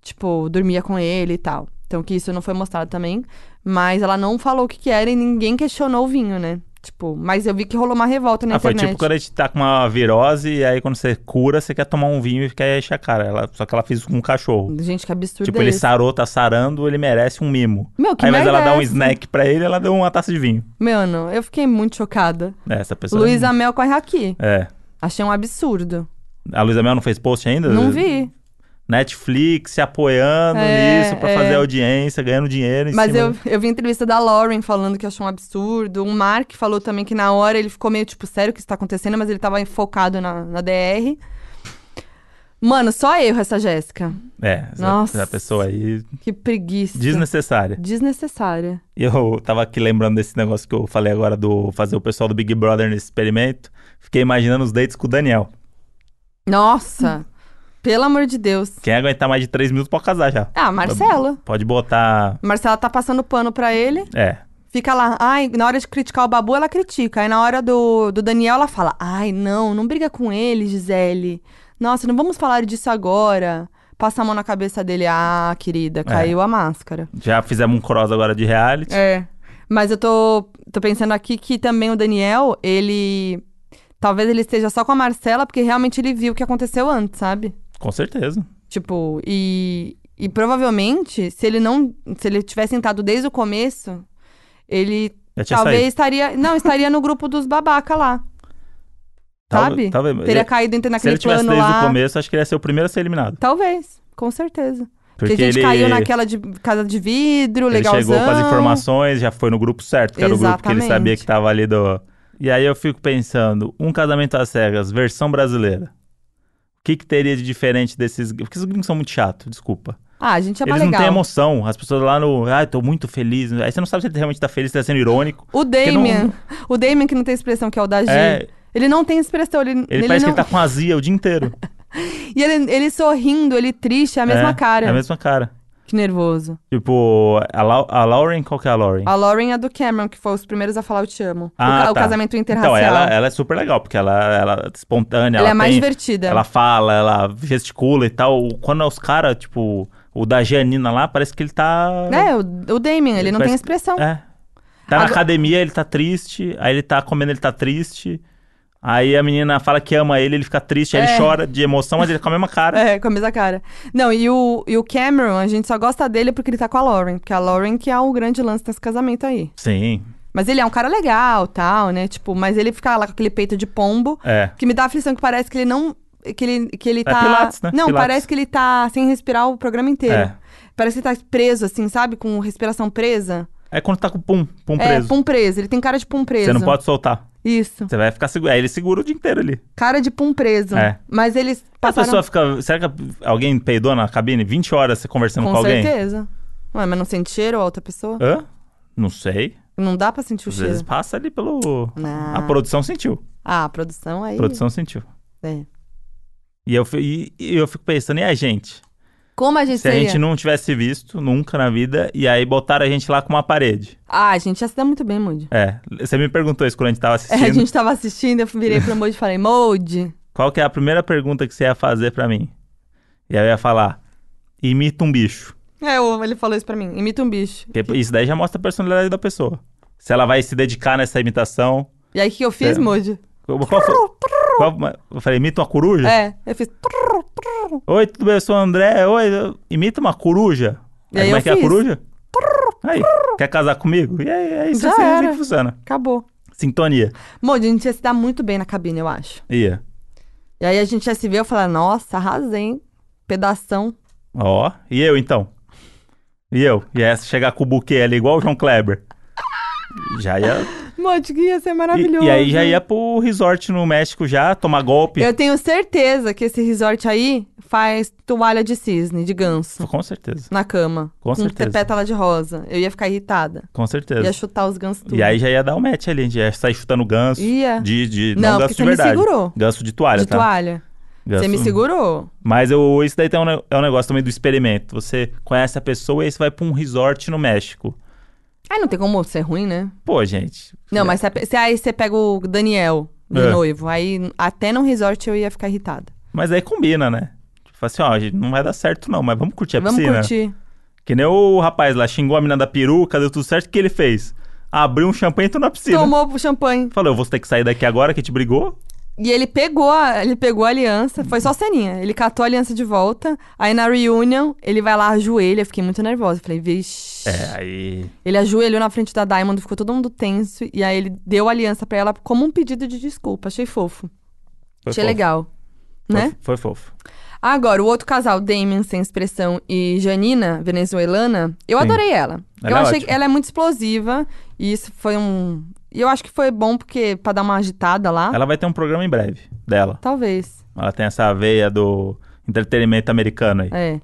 B: Tipo, dormia com ele e tal. Então que isso não foi mostrado também. Mas ela não falou o que, que era e ninguém questionou o vinho, né? Tipo, mas eu vi que rolou uma revolta na
A: Ah, foi
B: internet.
A: tipo quando a gente tá com uma virose e aí quando você cura, você quer tomar um vinho e quer encher a cara. Ela, só que ela fez isso com um cachorro.
B: Gente, que absurdo
A: tipo,
B: é
A: ele
B: esse?
A: sarou, tá sarando, ele merece um mimo.
B: Meu, que
A: aí, mas
B: merda
A: ela
B: é
A: dá um
B: essa?
A: snack pra ele, ela deu uma taça de vinho.
B: Mano, eu fiquei muito chocada.
A: É, Essa pessoa.
B: Luísa Mel corre aqui.
A: É.
B: Achei um absurdo.
A: A Luísa Mel não fez post ainda?
B: Não vi.
A: Netflix se apoiando
B: É,
A: nisso pra
B: é.
A: fazer audiência, ganhando dinheiro em
B: Mas
A: cima.
B: eu, eu vi entrevista da Lauren falando que achou um absurdo. O Mark falou também que na hora ele ficou meio tipo, sério o que está acontecendo, mas ele tava focado na, na DR. Mano, só erro essa Jéssica.
A: É, essa,
B: Nossa.
A: essa pessoa aí
B: Que preguiça.
A: desnecessária.
B: Desnecessária.
A: E eu tava aqui lembrando desse negócio que eu falei agora do fazer o pessoal do Big Brother nesse experimento. Fiquei imaginando os dates com o Daniel.
B: Nossa. Pelo amor de Deus.
A: Quem aguentar mais de três minutos pode casar já.
B: Ah, Marcela.
A: Pode botar.
B: Marcela tá passando pano pra ele.
A: É.
B: Fica lá, ai, na hora de criticar o Babu, ela critica. Aí na hora do, do Daniel, ela fala, ai, não, não briga com ele, Gisele. Nossa, não vamos falar disso agora. Passa a mão na cabeça dele, ah, querida, caiu a máscara.
A: Já fizemos um cross agora de reality.
B: É. Mas eu tô, tô pensando aqui que também o Daniel, ele. Talvez ele esteja só com a Marcela, porque realmente ele viu o que aconteceu antes, sabe?
A: Com certeza.
B: Tipo, e, e provavelmente, se ele não. Se ele tivesse entrado desde o começo, ele
A: Já tinha
B: Talvez
A: saído.
B: estaria. Não, estaria no grupo dos babaca lá.
A: Tal-
B: sabe?
A: Talvez.
B: Teria caído entre
A: Se ele
B: naquele
A: tivesse
B: plano
A: desde
B: lá.
A: o começo, acho que ele ia ser o primeiro a ser eliminado.
B: Talvez, com certeza. Porque,
A: Porque,
B: a gente
A: ele,
B: caiu naquela de casa de vidro,
A: ele
B: legalzão.
A: chegou com as informações, já foi no grupo certo, que era o grupo que ele
B: Exatamente.
A: sabia que tava ali do. E aí eu fico pensando, um casamento às cegas, versão brasileira. O que, que teria de diferente desses. Porque esses gringos são muito chatos, desculpa.
B: Ah, a gente é mais
A: Eles não
B: legal.
A: têm emoção. As pessoas lá no. Ah, eu tô muito feliz. Aí você não sabe se ele realmente tá feliz, se tá sendo irônico.
B: O Damien, o Damien que não tem expressão, que é o da G.
A: É,
B: Ele não tem expressão, ele,
A: ele,
B: ele
A: parece
B: não...
A: que ele tá com azia o dia inteiro.
B: E ele, ele sorrindo, ele triste, é a mesma
A: É,
B: cara.
A: É a mesma cara.
B: Que nervoso.
A: Tipo, a, Lau- a Lauren, qual que é a Lauren?
B: A Lauren é do Cameron, que foi os primeiros a falar eu te amo. O
A: Ah,
B: ca- o,
A: tá.
B: casamento interracial.
A: Então, ela, ela é super legal, porque ela, ela é espontânea.
B: Ela é mais
A: tem-
B: divertida.
A: Ela fala, ela gesticula e tal. Quando é os caras, tipo, o da Janina lá, parece que ele tá.
B: É, o, o Damien, ele não
A: Parece-
B: tem expressão.
A: É. Tá na
B: Agora-
A: academia, ele tá triste. Aí ele tá comendo, ele tá triste. Aí a menina fala que ama ele, ele fica triste. Aí
B: É.
A: ele chora de emoção, mas ele com a mesma cara.
B: É, com a mesma cara. Não, e o, e o Cameron, a gente só gosta dele porque ele tá com a Lauren. Porque a Lauren que é o grande lance nesse casamento aí.
A: Sim,
B: Mas ele é um cara legal, tal, né? Tipo, mas ele fica lá com aquele peito de pombo.
A: é.
B: Que me dá aflição que parece que ele não... Que ele, que ele tá...
A: Pilates, né?
B: Não,
A: Pilates.
B: parece que ele tá sem respirar o programa inteiro.
A: É.
B: Parece que ele tá preso, assim, sabe? Com respiração presa.
A: É quando tá com o pum, pum
B: É,
A: preso.
B: pum preso. Ele tem cara de pum preso.
A: Você não pode soltar.
B: Isso.
A: Você vai ficar seguro. Aí ele segura o dia inteiro ali.
B: Cara de pum preso.
A: É.
B: Mas eles
A: A
B: passaram...
A: pessoa fica. Será que alguém peidou na cabine 20 horas você conversando tá com,
B: Com
A: alguém?
B: certeza. Ué, mas não sente cheiro a outra pessoa?
A: Hã? Não sei.
B: Não dá pra sentir o
A: Às
B: cheiro.
A: vezes passa ali pelo.
B: Ah.
A: A produção sentiu.
B: Ah, a produção aí.
A: A produção sentiu.
B: É.
A: E eu, fi- e, e eu fico pensando, e a gente?
B: Como a gente
A: Se a
B: seria?
A: gente não tivesse visto nunca na vida, e aí botaram a gente lá com uma parede.
B: Ah, a gente ia se dar muito bem, Moody.
A: É, você me perguntou isso quando a gente tava
B: É,
A: assistindo.
B: a gente tava assistindo, eu virei pro Moody e falei, Moody.
A: Qual que é a primeira pergunta que você ia fazer pra mim? E aí eu ia falar, imita um bicho.
B: É, o- ele falou isso pra mim. Imita um bicho.
A: Porque isso daí já mostra a personalidade da pessoa. Se ela vai se dedicar nessa imitação.
B: E aí, o que que eu fiz,
A: É.
B: Moody?
A: Qual foi? Qual- eu falei, imita uma coruja?
B: É, eu fiz... trrr, trrr.
A: Oi, tudo bem? Eu sou o André. Oi, eu- imita uma coruja.
B: E
A: Aí
B: aí
A: como
B: eu
A: é que é a
B: fiz.
A: coruja? Aí, quer casar comigo? E aí, é isso
B: Já
A: assim, é assim
B: era.
A: que funciona.
B: Acabou.
A: Sintonia. é.
B: Moody, a gente ia se dar muito bem na cabine, eu acho.
A: Ia.
B: E aí, a gente ia se ver, eu falar, nossa, arrasei, hein? Pedação.
A: Ó, e eu então? E eu? E essa chegar com o buquê ali igual o João Kleber. Já ia.
B: Moody, que ia ser maravilhoso.
A: E, e aí já ia pro resort no México já, tomar golpe.
B: Eu tenho certeza que esse resort aí faz toalha de cisne, de ganso,
A: Com certeza.
B: na cama.
A: Com certeza.
B: pétala de rosa. Eu ia ficar irritada.
A: Com
B: Ia
A: certeza.
B: chutar os gansos tudo.
A: E aí já ia dar o match ali, a gente ia sair chutando ganso.
B: Ia.
A: De, de,
B: Não,
A: não, ganso
B: porque
A: de
B: você me
A: verdade.
B: segurou.
A: Ganso de toalha,
B: de
A: tá?
B: toalha. Você
A: Ganso-
B: me segurou.
A: Mas eu, isso daí tem um ne- é um negócio também do experimento. Você conhece a pessoa e aí você vai pra um resort no México.
B: Ah, não tem como ser ruim, né?
A: Pô, gente.
B: Não, mas se, a- se aí você pega o Daniel de
A: É.
B: noivo, aí até num resort eu ia ficar irritada.
A: Mas aí combina, né? Tipo assim, ó, gente, não vai dar certo não, mas vamos curtir a
B: Vamos
A: É piscina.
B: curtir.
A: Que nem o rapaz lá, xingou a mina da peruca, deu tudo certo, o que ele fez? Abriu um champanhe e entrou na piscina.
B: Tomou o champanhe.
A: Falou, eu vou ter que sair daqui agora que te brigou.
B: E ele pegou, a, ele pegou a aliança, foi só ceninha. Ele catou a aliança de volta. Aí na reunion, ele vai lá, ajoelha. Eu fiquei muito nervosa. Falei, vixe.
A: É, aí...
B: Ele ajoelhou na frente da Diamond, ficou todo mundo tenso. E aí ele deu a aliança pra ela como um pedido de desculpa. Achei fofo.
A: Foi
B: Achei
A: fofo.
B: legal.
A: Foi-
B: Né?
A: Foi fofo.
B: Agora, o outro casal, Damien Sem Expressão e Janina, venezuelana, eu
A: Sim.
B: adorei ela.
A: Ela
B: eu
A: é
B: achei
A: ótima.
B: que ela é muito explosiva. E isso foi um. E eu acho que foi bom porque pra dar uma agitada lá.
A: Ela vai ter um programa em breve, dela.
B: Talvez.
A: Ela tem essa veia do entretenimento americano aí.
B: É.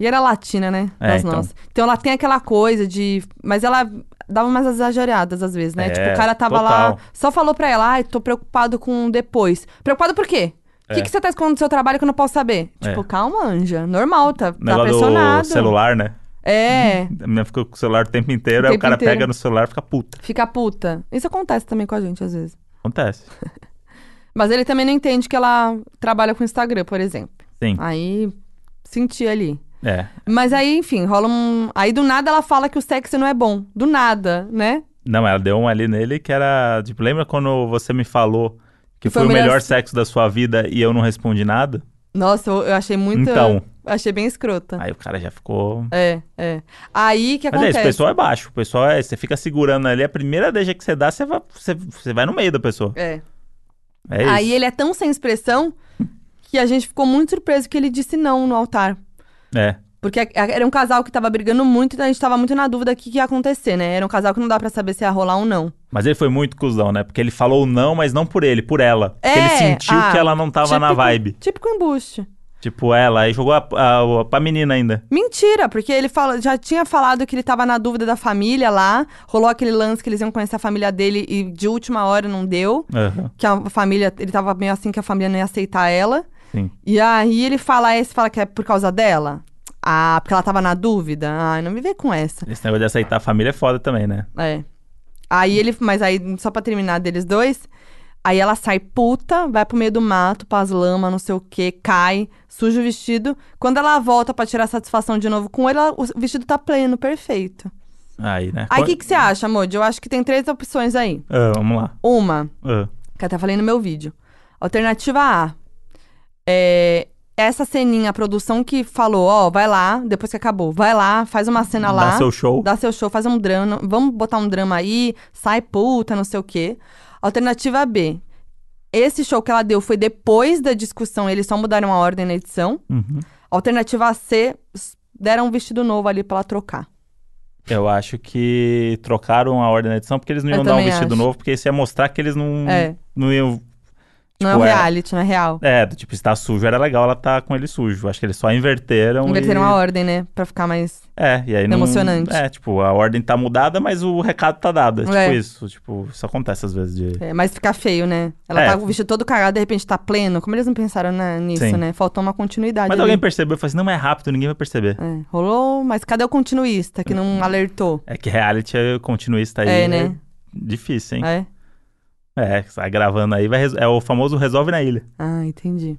B: E era latina, né?
A: É,
B: Das
A: então.
B: nossas. Então ela tem aquela coisa de. Mas ela dava umas exageradas às vezes, né?
A: É,
B: tipo, o cara tava lá,
A: total.
B: só falou pra ela, ai, tô preocupado com depois. Preocupado por quê? O que,
A: É.
B: que você tá escondendo do seu trabalho que eu não posso saber?
A: É.
B: Tipo, calma, anja. Normal, tá,
A: O
B: tá
A: negócio
B: pressionado.
A: do celular, né?
B: É.
A: A menina ficou com o celular o tempo inteiro,
B: O
A: aí o
B: tempo
A: cara
B: inteiro.
A: pega no celular e fica puta.
B: Fica puta. Isso acontece também com a gente, às vezes.
A: Acontece.
B: Mas ele também não entende que ela trabalha com Instagram, por exemplo.
A: Sim.
B: Aí senti ali.
A: É.
B: Mas aí, enfim, rola um. Aí do nada ela fala que o sexo não é bom. Do nada, né?
A: Não, ela deu um ali nele que era. Tipo, lembra quando você me falou que
B: Foi
A: foi,
B: o
A: o
B: melhor
A: melhor... sexo da sua vida e eu não respondi nada?
B: Nossa, eu eu achei muito.
A: Então.
B: Achei bem escrota.
A: Aí o cara já ficou.
B: É, é. Aí que
A: Mas é
B: acontece.
A: isso, o pessoal é baixo. O pessoal é. Você fica segurando ali, a primeira deixa que você dá, você vai, você, você vai no meio da pessoa.
B: É.
A: É isso.
B: Aí ele é tão sem expressão que a gente ficou muito surpreso que ele disse não no altar.
A: É.
B: Porque a- era um casal que tava brigando muito, então a gente tava muito na dúvida do que, que ia acontecer, né? Era um casal que não dá pra saber se ia rolar ou não.
A: Mas ele foi muito cuzão, né? Porque ele falou não, mas não por ele, por ela. Porque
B: É,
A: ele sentiu
B: ah,
A: que ela não tava na
B: Típico-
A: vibe.
B: Típico embuste.
A: Tipo, ela. Aí jogou a, a, a- pra menina ainda.
B: Mentira, porque ele fala- já tinha falado que ele tava na dúvida da família lá. Rolou aquele lance que eles iam conhecer a família dele e de última hora não deu.
A: Aham,
B: Que a família, ele tava meio assim que a família não ia aceitar ela.
A: Sim.
B: "Ah, E aí ele fala, aí você fala que é por causa dela. Ah, porque ela tava na dúvida? Ah, não me vê com essa.
A: Esse negócio de aceitar a família é foda também, né?
B: É. Aí ele, mas aí, só pra terminar deles dois, aí ela sai puta, vai pro meio do mato, pras lama, não sei o que, cai, suja o vestido. Quando ela volta pra tirar satisfação de novo com ele, ela- o vestido tá pleno, perfeito.
A: Aí, né?
B: Aí o que, que você acha, Moody? Eu acho que tem três opções aí.
A: Ah, vamos lá.
B: Uma,
A: Ah,
B: que eu até falei no meu vídeo. Alternativa A. É, essa ceninha, a produção que falou, ó, vai lá, depois que acabou, vai lá, faz uma cena lá.
A: Dá seu show.
B: Dá seu show, faz um drama. Vamos botar um drama aí, sai puta, não sei o quê. Alternativa B. Esse show que ela deu foi depois da discussão, eles só mudaram a ordem na edição.
A: Uhum.
B: Alternativa C, s- deram um vestido novo ali pra ela trocar.
A: Eu acho que trocaram a ordem da edição porque eles não
B: Eu
A: iam dar um
B: também
A: vestido
B: acho.
A: novo, porque isso ia mostrar que eles não,
B: É.
A: não iam.
B: não é um
A: Hum. Tipo, é-
B: reality, não é real.
A: É, do tipo, estar sujo era legal ela tá com ele sujo. Acho que eles só inverteram.
B: Inverteram
A: e...
B: a ordem, né? Pra ficar mais.
A: É, e aí não.
B: Emocionante.
A: É, tipo, a ordem tá mudada, mas o recado tá dado. É tipo
B: É.
A: isso. Tipo, isso acontece às vezes de.
B: É, mas ficar feio, né? Ela
A: É.
B: tá com o vestido todo cagado, de repente tá pleno. Como eles não pensaram na- nisso,
A: Sim.
B: né? Faltou uma continuidade.
A: Mas
B: ali.
A: alguém percebeu e falou assim: não, mas é rápido, ninguém vai perceber.
B: É, rolou, mas cadê o continuista que não alertou?
A: É que reality é continuista aí.
B: É, né?
A: Difícil, hein?
B: É.
A: É, que tá gravando aí, vai resol- é o famoso resolve na ilha.
B: Ah, entendi.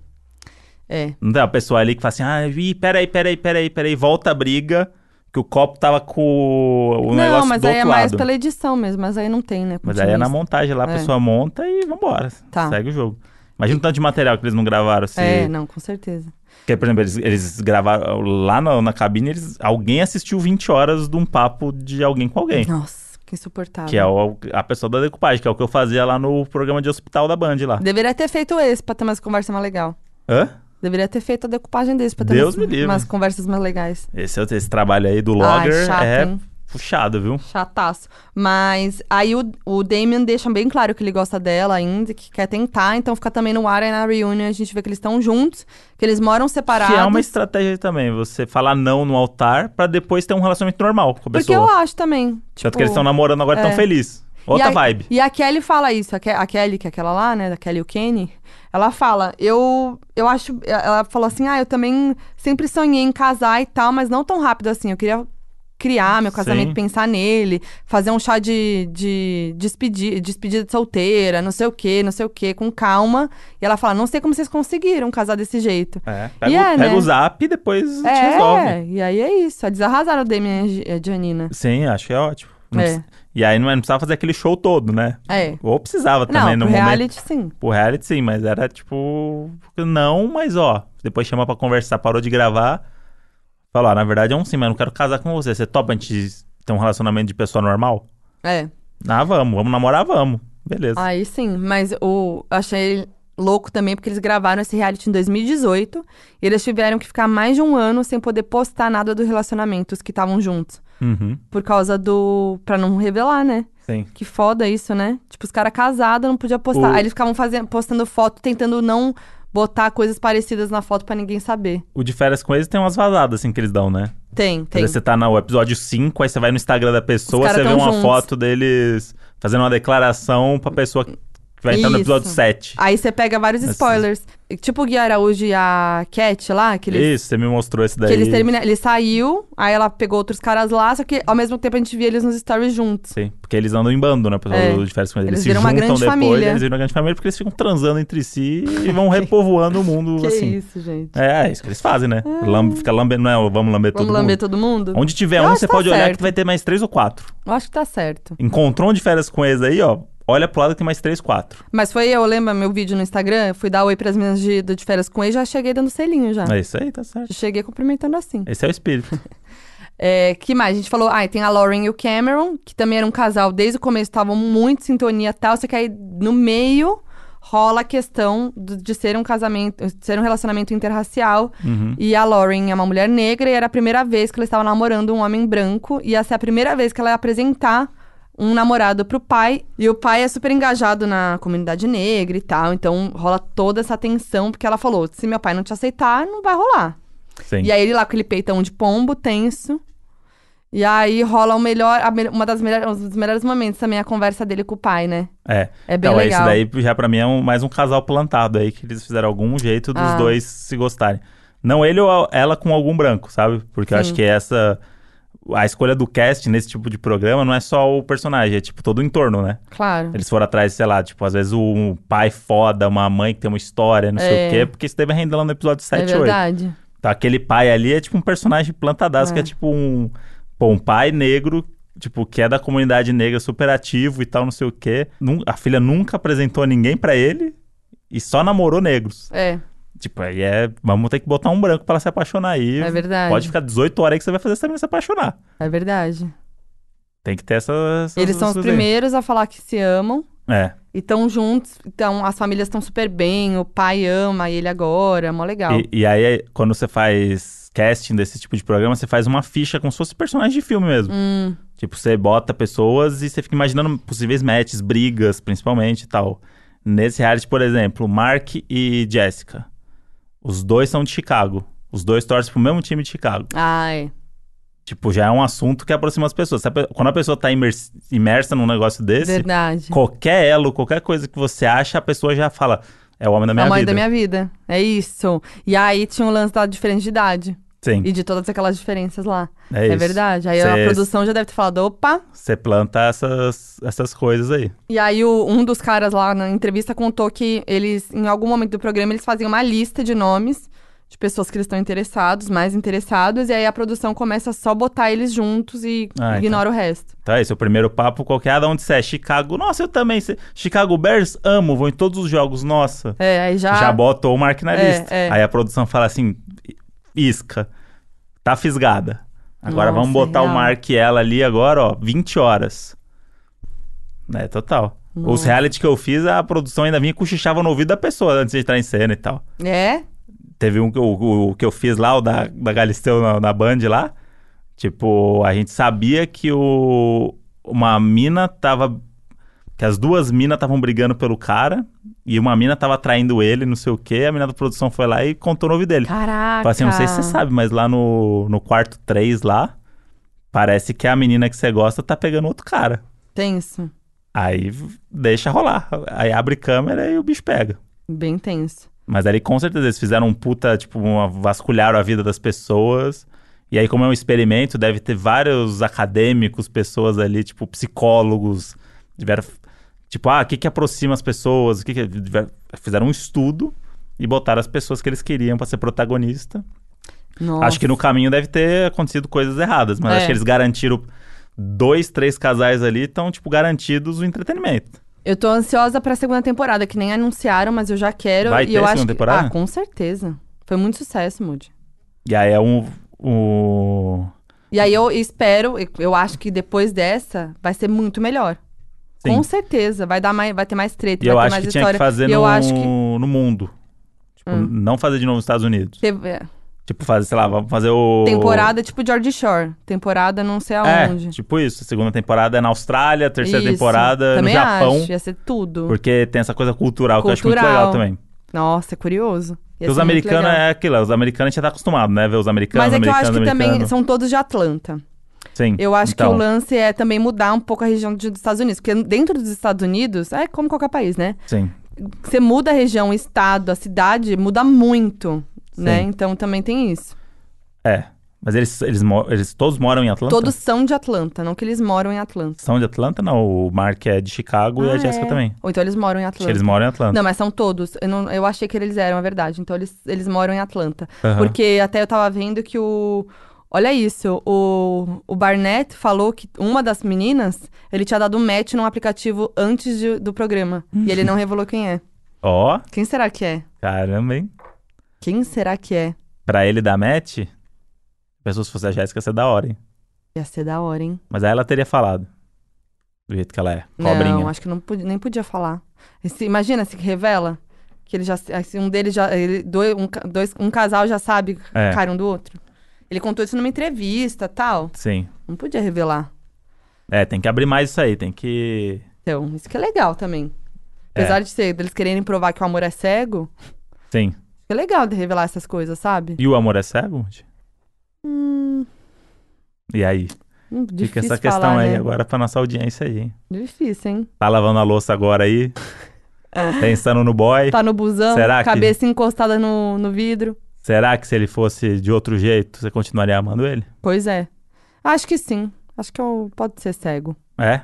B: É.
A: Não tem uma pessoa ali que fala assim, ah, ih, peraí, peraí, peraí, peraí, volta a briga, que o copo tava com o, o
B: não,
A: negócio
B: mas
A: do
B: aí
A: outro
B: é mais
A: lado.
B: pela edição mesmo, mas aí não tem, né?
A: Mas aí é na
B: continuista.
A: montagem lá, a
B: É.
A: pessoa monta e vambora,
B: Tá.
A: segue o jogo. Imagina o tanto de material que eles não gravaram, assim.
B: É, não, com certeza.
A: Porque, por exemplo, eles, eles gravaram lá na, na cabine, eles, alguém assistiu 20 horas de um papo de alguém com alguém.
B: Nossa, que insuportável.
A: Que é o- a pessoa da decupagem, que é o que eu fazia lá no programa de hospital da Band lá.
B: Deveria ter feito esse pra ter umas conversas mais legal.
A: Hã?
B: Deveria ter feito a decupagem desse pra ter
A: Deus
B: umas,
A: me livre.
B: umas conversas mais legais.
A: Esse, esse trabalho aí do
B: Ai,
A: logger
B: Ah, chato,
A: é
B: hein?
A: puxado, viu?
B: Chataço. Mas aí o, o Damien deixa bem claro que ele gosta dela ainda, que quer tentar, então fica também no ar aí na reunion. A gente vê que eles estão juntos, que eles moram separados.
A: Que é uma estratégia também, você falar não no altar pra depois ter um relacionamento normal com a
B: Porque
A: pessoa.
B: eu acho também.
A: Tanto
B: tipo,
A: que eles estão namorando agora, tão
B: é.
A: felizes. Outra
B: e a,
A: vibe.
B: E a Kelly fala isso, a, Ke- a Kelly, que é aquela lá, né, da Kelly e o Kenny, ela fala, eu, eu acho, ela falou assim, ah, eu também sempre sonhei em casar e tal, mas não tão rápido assim, eu queria criar meu casamento,
A: Sim.
B: pensar nele, fazer um chá de, de despedi- despedida de solteira, não sei o que, não sei o que, com calma. E ela fala, não sei como vocês conseguiram casar desse jeito.
A: É, pega,
B: E
A: o,
B: é,
A: pega
B: né?
A: o zap e depois te resolve.
B: É, e aí é isso, eles arrasaram o Damien e a Gi- e a Janina.
A: Sim, acho que é ótimo. Não
B: É.
A: precisa- E aí não, não precisava fazer aquele show todo, né?
B: É.
A: Ou precisava
B: Não,
A: também no
B: pro
A: momento.
B: reality, sim.
A: Pro reality, sim, mas era tipo. Não, mas ó. Depois chama pra conversar, parou de gravar. Falou, ó, na verdade é um sim, mas eu não quero casar com você. Você topa a gente ter um relacionamento de pessoa normal?
B: É.
A: Ah, vamos, vamos namorar, vamos. Beleza.
B: Aí sim, mas o achei louco também porque eles gravaram esse reality em 2018 e eles tiveram que ficar mais de um ano sem poder postar nada do relacionamento, os que estavam juntos,
A: Uhum.
B: por causa do Pra não revelar, né?
A: Sim.
B: Que foda isso, né? Tipo os caras casados não podia postar,
A: O-
B: aí eles ficavam fazendo postando foto tentando não botar coisas parecidas na foto pra ninguém saber.
A: O de férias com eles tem umas vazadas assim que eles dão, né?
B: Tem,
A: Às
B: tem.
A: vezes você tá no episódio 5, aí você vai no Instagram da pessoa,
B: Os caras
A: você vê
B: tão
A: uma
B: juntos.
A: foto deles fazendo uma declaração pra pessoa que vai entrar no
B: Isso.
A: episódio 7.
B: Aí você pega vários
A: Esses-
B: spoilers. Tipo o Gui Araújo e a Cat lá, que eles
A: Isso, você me mostrou esse daí.
B: Que eles termina... Ele saiu, aí ela pegou outros caras lá, só que ao mesmo tempo a gente via eles nos stories juntos.
A: Sim, porque eles andam em bando, né? Pessoal
B: É.
A: do de férias com eles.
B: Eles
A: se
B: viram uma
A: juntam
B: grande
A: depois,
B: família.
A: eles viram uma grande família porque eles ficam transando entre si e vão repovoando o mundo
B: Que
A: assim.
B: isso, gente.
A: É, é isso que eles fazem, né? Lam- fica lambendo, não é, vamos lamber
B: Vamos
A: todo
B: lamber
A: mundo.
B: todo mundo?
A: Onde tiver
B: Eu
A: um,
B: acho
A: você
B: que tá
A: pode olhar
B: certo.
A: que vai ter mais três ou quatro.
B: Eu acho que tá certo.
A: Encontrou um de férias com eles aí, ó. Olha pro lado que tem mais três, quatro.
B: Mas foi eu, lembra meu vídeo no Instagram? Eu Fui dar oi pras meninas de, do de férias com ele já cheguei dando selinho já.
A: É isso aí, tá certo.
B: Já cheguei cumprimentando assim.
A: Esse é o espírito.
B: É, que mais? A gente falou, ah, e tem a Lauren e o Cameron, que também era um casal desde o começo, estavam muito em sintonia e tal, só que aí no meio rola a questão do- de ser um casamento, de ser um relacionamento interracial. E a Lauren é uma mulher negra e era a primeira vez que ela estava namorando um homem branco, e essa é a primeira vez que ela ia apresentar um namorado pro pai, e o pai é super engajado na comunidade negra e tal, então rola toda essa tensão, porque ela falou: se meu pai não te aceitar, não vai rolar.
A: Sim.
B: E aí ele lá com aquele peitão de pombo, tenso. E aí rola o melhor, a mel- uma das melhores, um dos melhores momentos também, a conversa dele com o pai, né?
A: É.
B: É bem
A: então,
B: legal.
A: esse daí já pra mim é um- mais um casal plantado aí, que eles fizeram algum jeito dos
B: Ah.
A: dois se gostarem. Não ele ou a- ela com algum branco, sabe? Porque eu acho
B: Sim.
A: que essa. A escolha do cast nesse tipo de programa não é só o personagem, é tipo todo o entorno, né?
B: Claro.
A: Eles foram atrás, sei lá, tipo, às vezes um pai foda, uma mãe que tem uma história, não sei
B: É.
A: o quê, porque isso deve render lá no episódio
B: É
A: 7 e 8.
B: verdade.
A: Então aquele pai ali é tipo um personagem plantadaço,
B: É.
A: que é tipo um. Pô, um pai negro, tipo, que é da comunidade negra super ativo e tal, não sei o quê. Nun- A filha nunca apresentou ninguém pra ele e só namorou negros.
B: É,
A: Tipo, aí é. Vamos ter que botar um branco pra ela se apaixonar aí.
B: é verdade.
A: Pode ficar 18 horas aí que você vai fazer essa menina se apaixonar.
B: É verdade.
A: Tem que ter essa. essas-
B: Eles são os
A: essas-
B: primeiros a falar que se amam.
A: É.
B: E estão juntos, então as famílias estão super bem, o pai ama ele agora, mó legal.
A: E, e aí, é, quando você faz casting desse tipo de programa, você faz uma ficha como se fosse personagem de filme mesmo.
B: Hum,
A: Tipo, você bota pessoas e você fica imaginando possíveis matches, brigas, principalmente e tal. Nesse reality, por exemplo, Mark e Jessica. Os dois são de Chicago. Os dois torcem pro mesmo time de Chicago.
B: ah, é. tipo,
A: Já é um assunto que aproxima as pessoas. Se a pe- Quando a pessoa tá imers- imersa num negócio desse,
B: verdade.
A: qualquer elo, qualquer coisa que você acha, a pessoa já fala: é o homem da
B: É
A: minha
B: a mãe
A: vida.
B: da minha vida. É isso. E aí tinha um lance da diferença de idade.
A: Sim,
B: E de todas aquelas diferenças lá.
A: é,
B: É,
A: isso.
B: verdade. Aí
A: Cê-
B: a produção já deve ter falado, opa.
A: Você planta essas, essas coisas aí.
B: E aí o- um dos caras lá na entrevista contou que eles, em algum momento do programa, eles faziam uma lista de nomes de pessoas que eles estão interessados, mais interessados, e aí a produção começa só a botar eles juntos e
A: Ah, então.
B: ignora o resto.
A: Então é isso, o primeiro papo qualquer, da onde você é? Chicago, nossa, eu também. sei. Chicago Bears, amo, vou em todos os jogos, nossa.
B: É, aí já.
A: Já botou o Mark na
B: É,
A: lista.
B: é.
A: Aí a produção fala assim: isca, tá fisgada. Agora
B: Nossa,
A: vamos botar o
B: real.
A: Mark e ela ali agora, ó, 20 horas. É, total. Os
B: Nossa.
A: reality que eu fiz, a produção ainda vinha e cochichava no ouvido da pessoa antes de entrar em cena e tal.
B: É?
A: Teve um que eu- o, o que eu fiz lá, o da, da Galisteu na, na Band lá. Tipo, a gente sabia que o, uma mina tava. Que as duas minas estavam brigando pelo cara. E uma mina tava traindo ele, não sei o quê. A mina da produção foi lá e contou o nome dele.
B: Caraca.
A: Falei assim, não sei se você sabe, mas lá no, no quarto 3 lá. Parece que a menina que você gosta tá pegando outro cara.
B: Tenso.
A: Aí v- deixa rolar. Aí abre câmera e o bicho pega.
B: Bem tenso.
A: Mas ali com certeza eles fizeram um puta, tipo, uma, vasculharam a vida das pessoas. E aí, como é um experimento, deve ter vários acadêmicos, pessoas ali, tipo, psicólogos. Tiveram, tipo, ah, o que que aproxima as pessoas? O que que- tiveram- fizeram um estudo e botaram as pessoas que eles queriam pra ser protagonista.
B: Nossa.
A: Acho que no caminho deve ter acontecido coisas erradas, mas
B: É.
A: acho que eles garantiram. Dois, três casais ali estão, tipo, garantidos o entretenimento.
B: Eu tô ansiosa pra segunda temporada, que nem anunciaram, mas eu já quero.
A: Vai
B: e
A: ter
B: eu
A: segunda
B: acho que-
A: temporada?
B: Ah, com certeza. Foi muito sucesso, Moody.
A: E aí é um. um...
B: E aí eu espero, eu acho que depois dessa vai ser muito melhor.
A: Sim.
B: Com certeza. Vai, dar mais, vai ter mais treta,
A: E
B: vai
A: eu
B: ter
A: acho
B: mais
A: que tinha
B: história.
A: que fazer
B: e
A: no,
B: eu acho que. Hum.
A: no mundo. Tipo, não fazer de novo nos Estados Unidos.
B: teve- é,
A: Tipo, fazer, sei lá, vamos fazer o.
B: Temporada tipo George Shore. Temporada não sei aonde.
A: É, tipo isso. A segunda temporada é na Austrália, a terceira
B: Isso.
A: temporada é
B: também
A: no Japão.
B: Acho, ia ser tudo.
A: Porque tem essa coisa cultural, que eu acho muito
B: Cultural.
A: legal também.
B: Nossa, é curioso. Ia
A: Porque os
B: ser muito
A: americanos
B: legal.
A: é aquilo, os americanos a gente tá acostumado, né? Ver os americanos,
B: Mas é que eu
A: americanos,
B: acho que também
A: americanos.
B: são todos de Atlanta.
A: Sim.
B: Eu acho
A: então,
B: que o lance é também mudar um pouco a região de- dos Estados Unidos. Porque dentro dos Estados Unidos, é como qualquer país, né?
A: Sim.
B: Você muda a região, o estado, a cidade, muda muito,
A: Sim.
B: né? Então também tem isso.
A: É. Mas eles, eles, mo- eles todos moram em Atlanta?
B: Todos são de Atlanta, não que eles moram em Atlanta.
A: São de Atlanta? Não, o Mark é de Chicago e a
B: Ah,
A: Jessica
B: é.
A: também.
B: Ou então eles moram em
A: Acho
B: Atlanta.
A: que eles moram em Atlanta.
B: Não, mas são todos. Eu, não- eu achei que eles eram, é verdade. Então eles, eles moram em Atlanta.
A: Aham.
B: Porque até eu tava vendo que o. Olha isso, o, o Barnett falou que uma das meninas, ele tinha dado um match num aplicativo antes de- do programa. E
A: Hum.
B: ele não revelou quem é.
A: Ó,
B: Quem será que é?
A: caramba, hein?
B: Quem será que é?
A: Pra ele dar match, pessoa se fosse a Jéssica, ia ser da hora, hein?
B: Ia ser da hora, hein?
A: Mas aí ela teria falado. Do jeito que ela é. Cobrinha.
B: Não, acho que não podia- nem podia falar. E se- imagina se revela que ele já se- assim, um deles já ele- dois, um, ca- dois- um casal já sabe
A: É.
B: a cara um do outro. Ele contou isso numa entrevista, tal.
A: Sim.
B: Não podia revelar.
A: É, tem que abrir mais isso aí. Tem que.
B: Então, isso que é legal também.
A: É.
B: Apesar de ser deles quererem provar que o amor é cego,
A: Sim.
B: é legal de revelar essas coisas, sabe?
A: E o amor é cego? gente?
B: Hum,
A: E aí?
B: hum,
A: Fica
B: difícil
A: essa questão
B: falar,
A: aí
B: né?
A: agora pra nossa audiência aí, hein?
B: Difícil, hein?
A: Tá lavando a louça agora aí? pensando no boy?
B: É. Tá no busão,
A: Será que-
B: cabeça encostada no, no vidro.
A: Será que se ele fosse de outro jeito, você continuaria amando ele?
B: Pois é. Acho que sim. Acho que eu... pode ser cego.
A: É?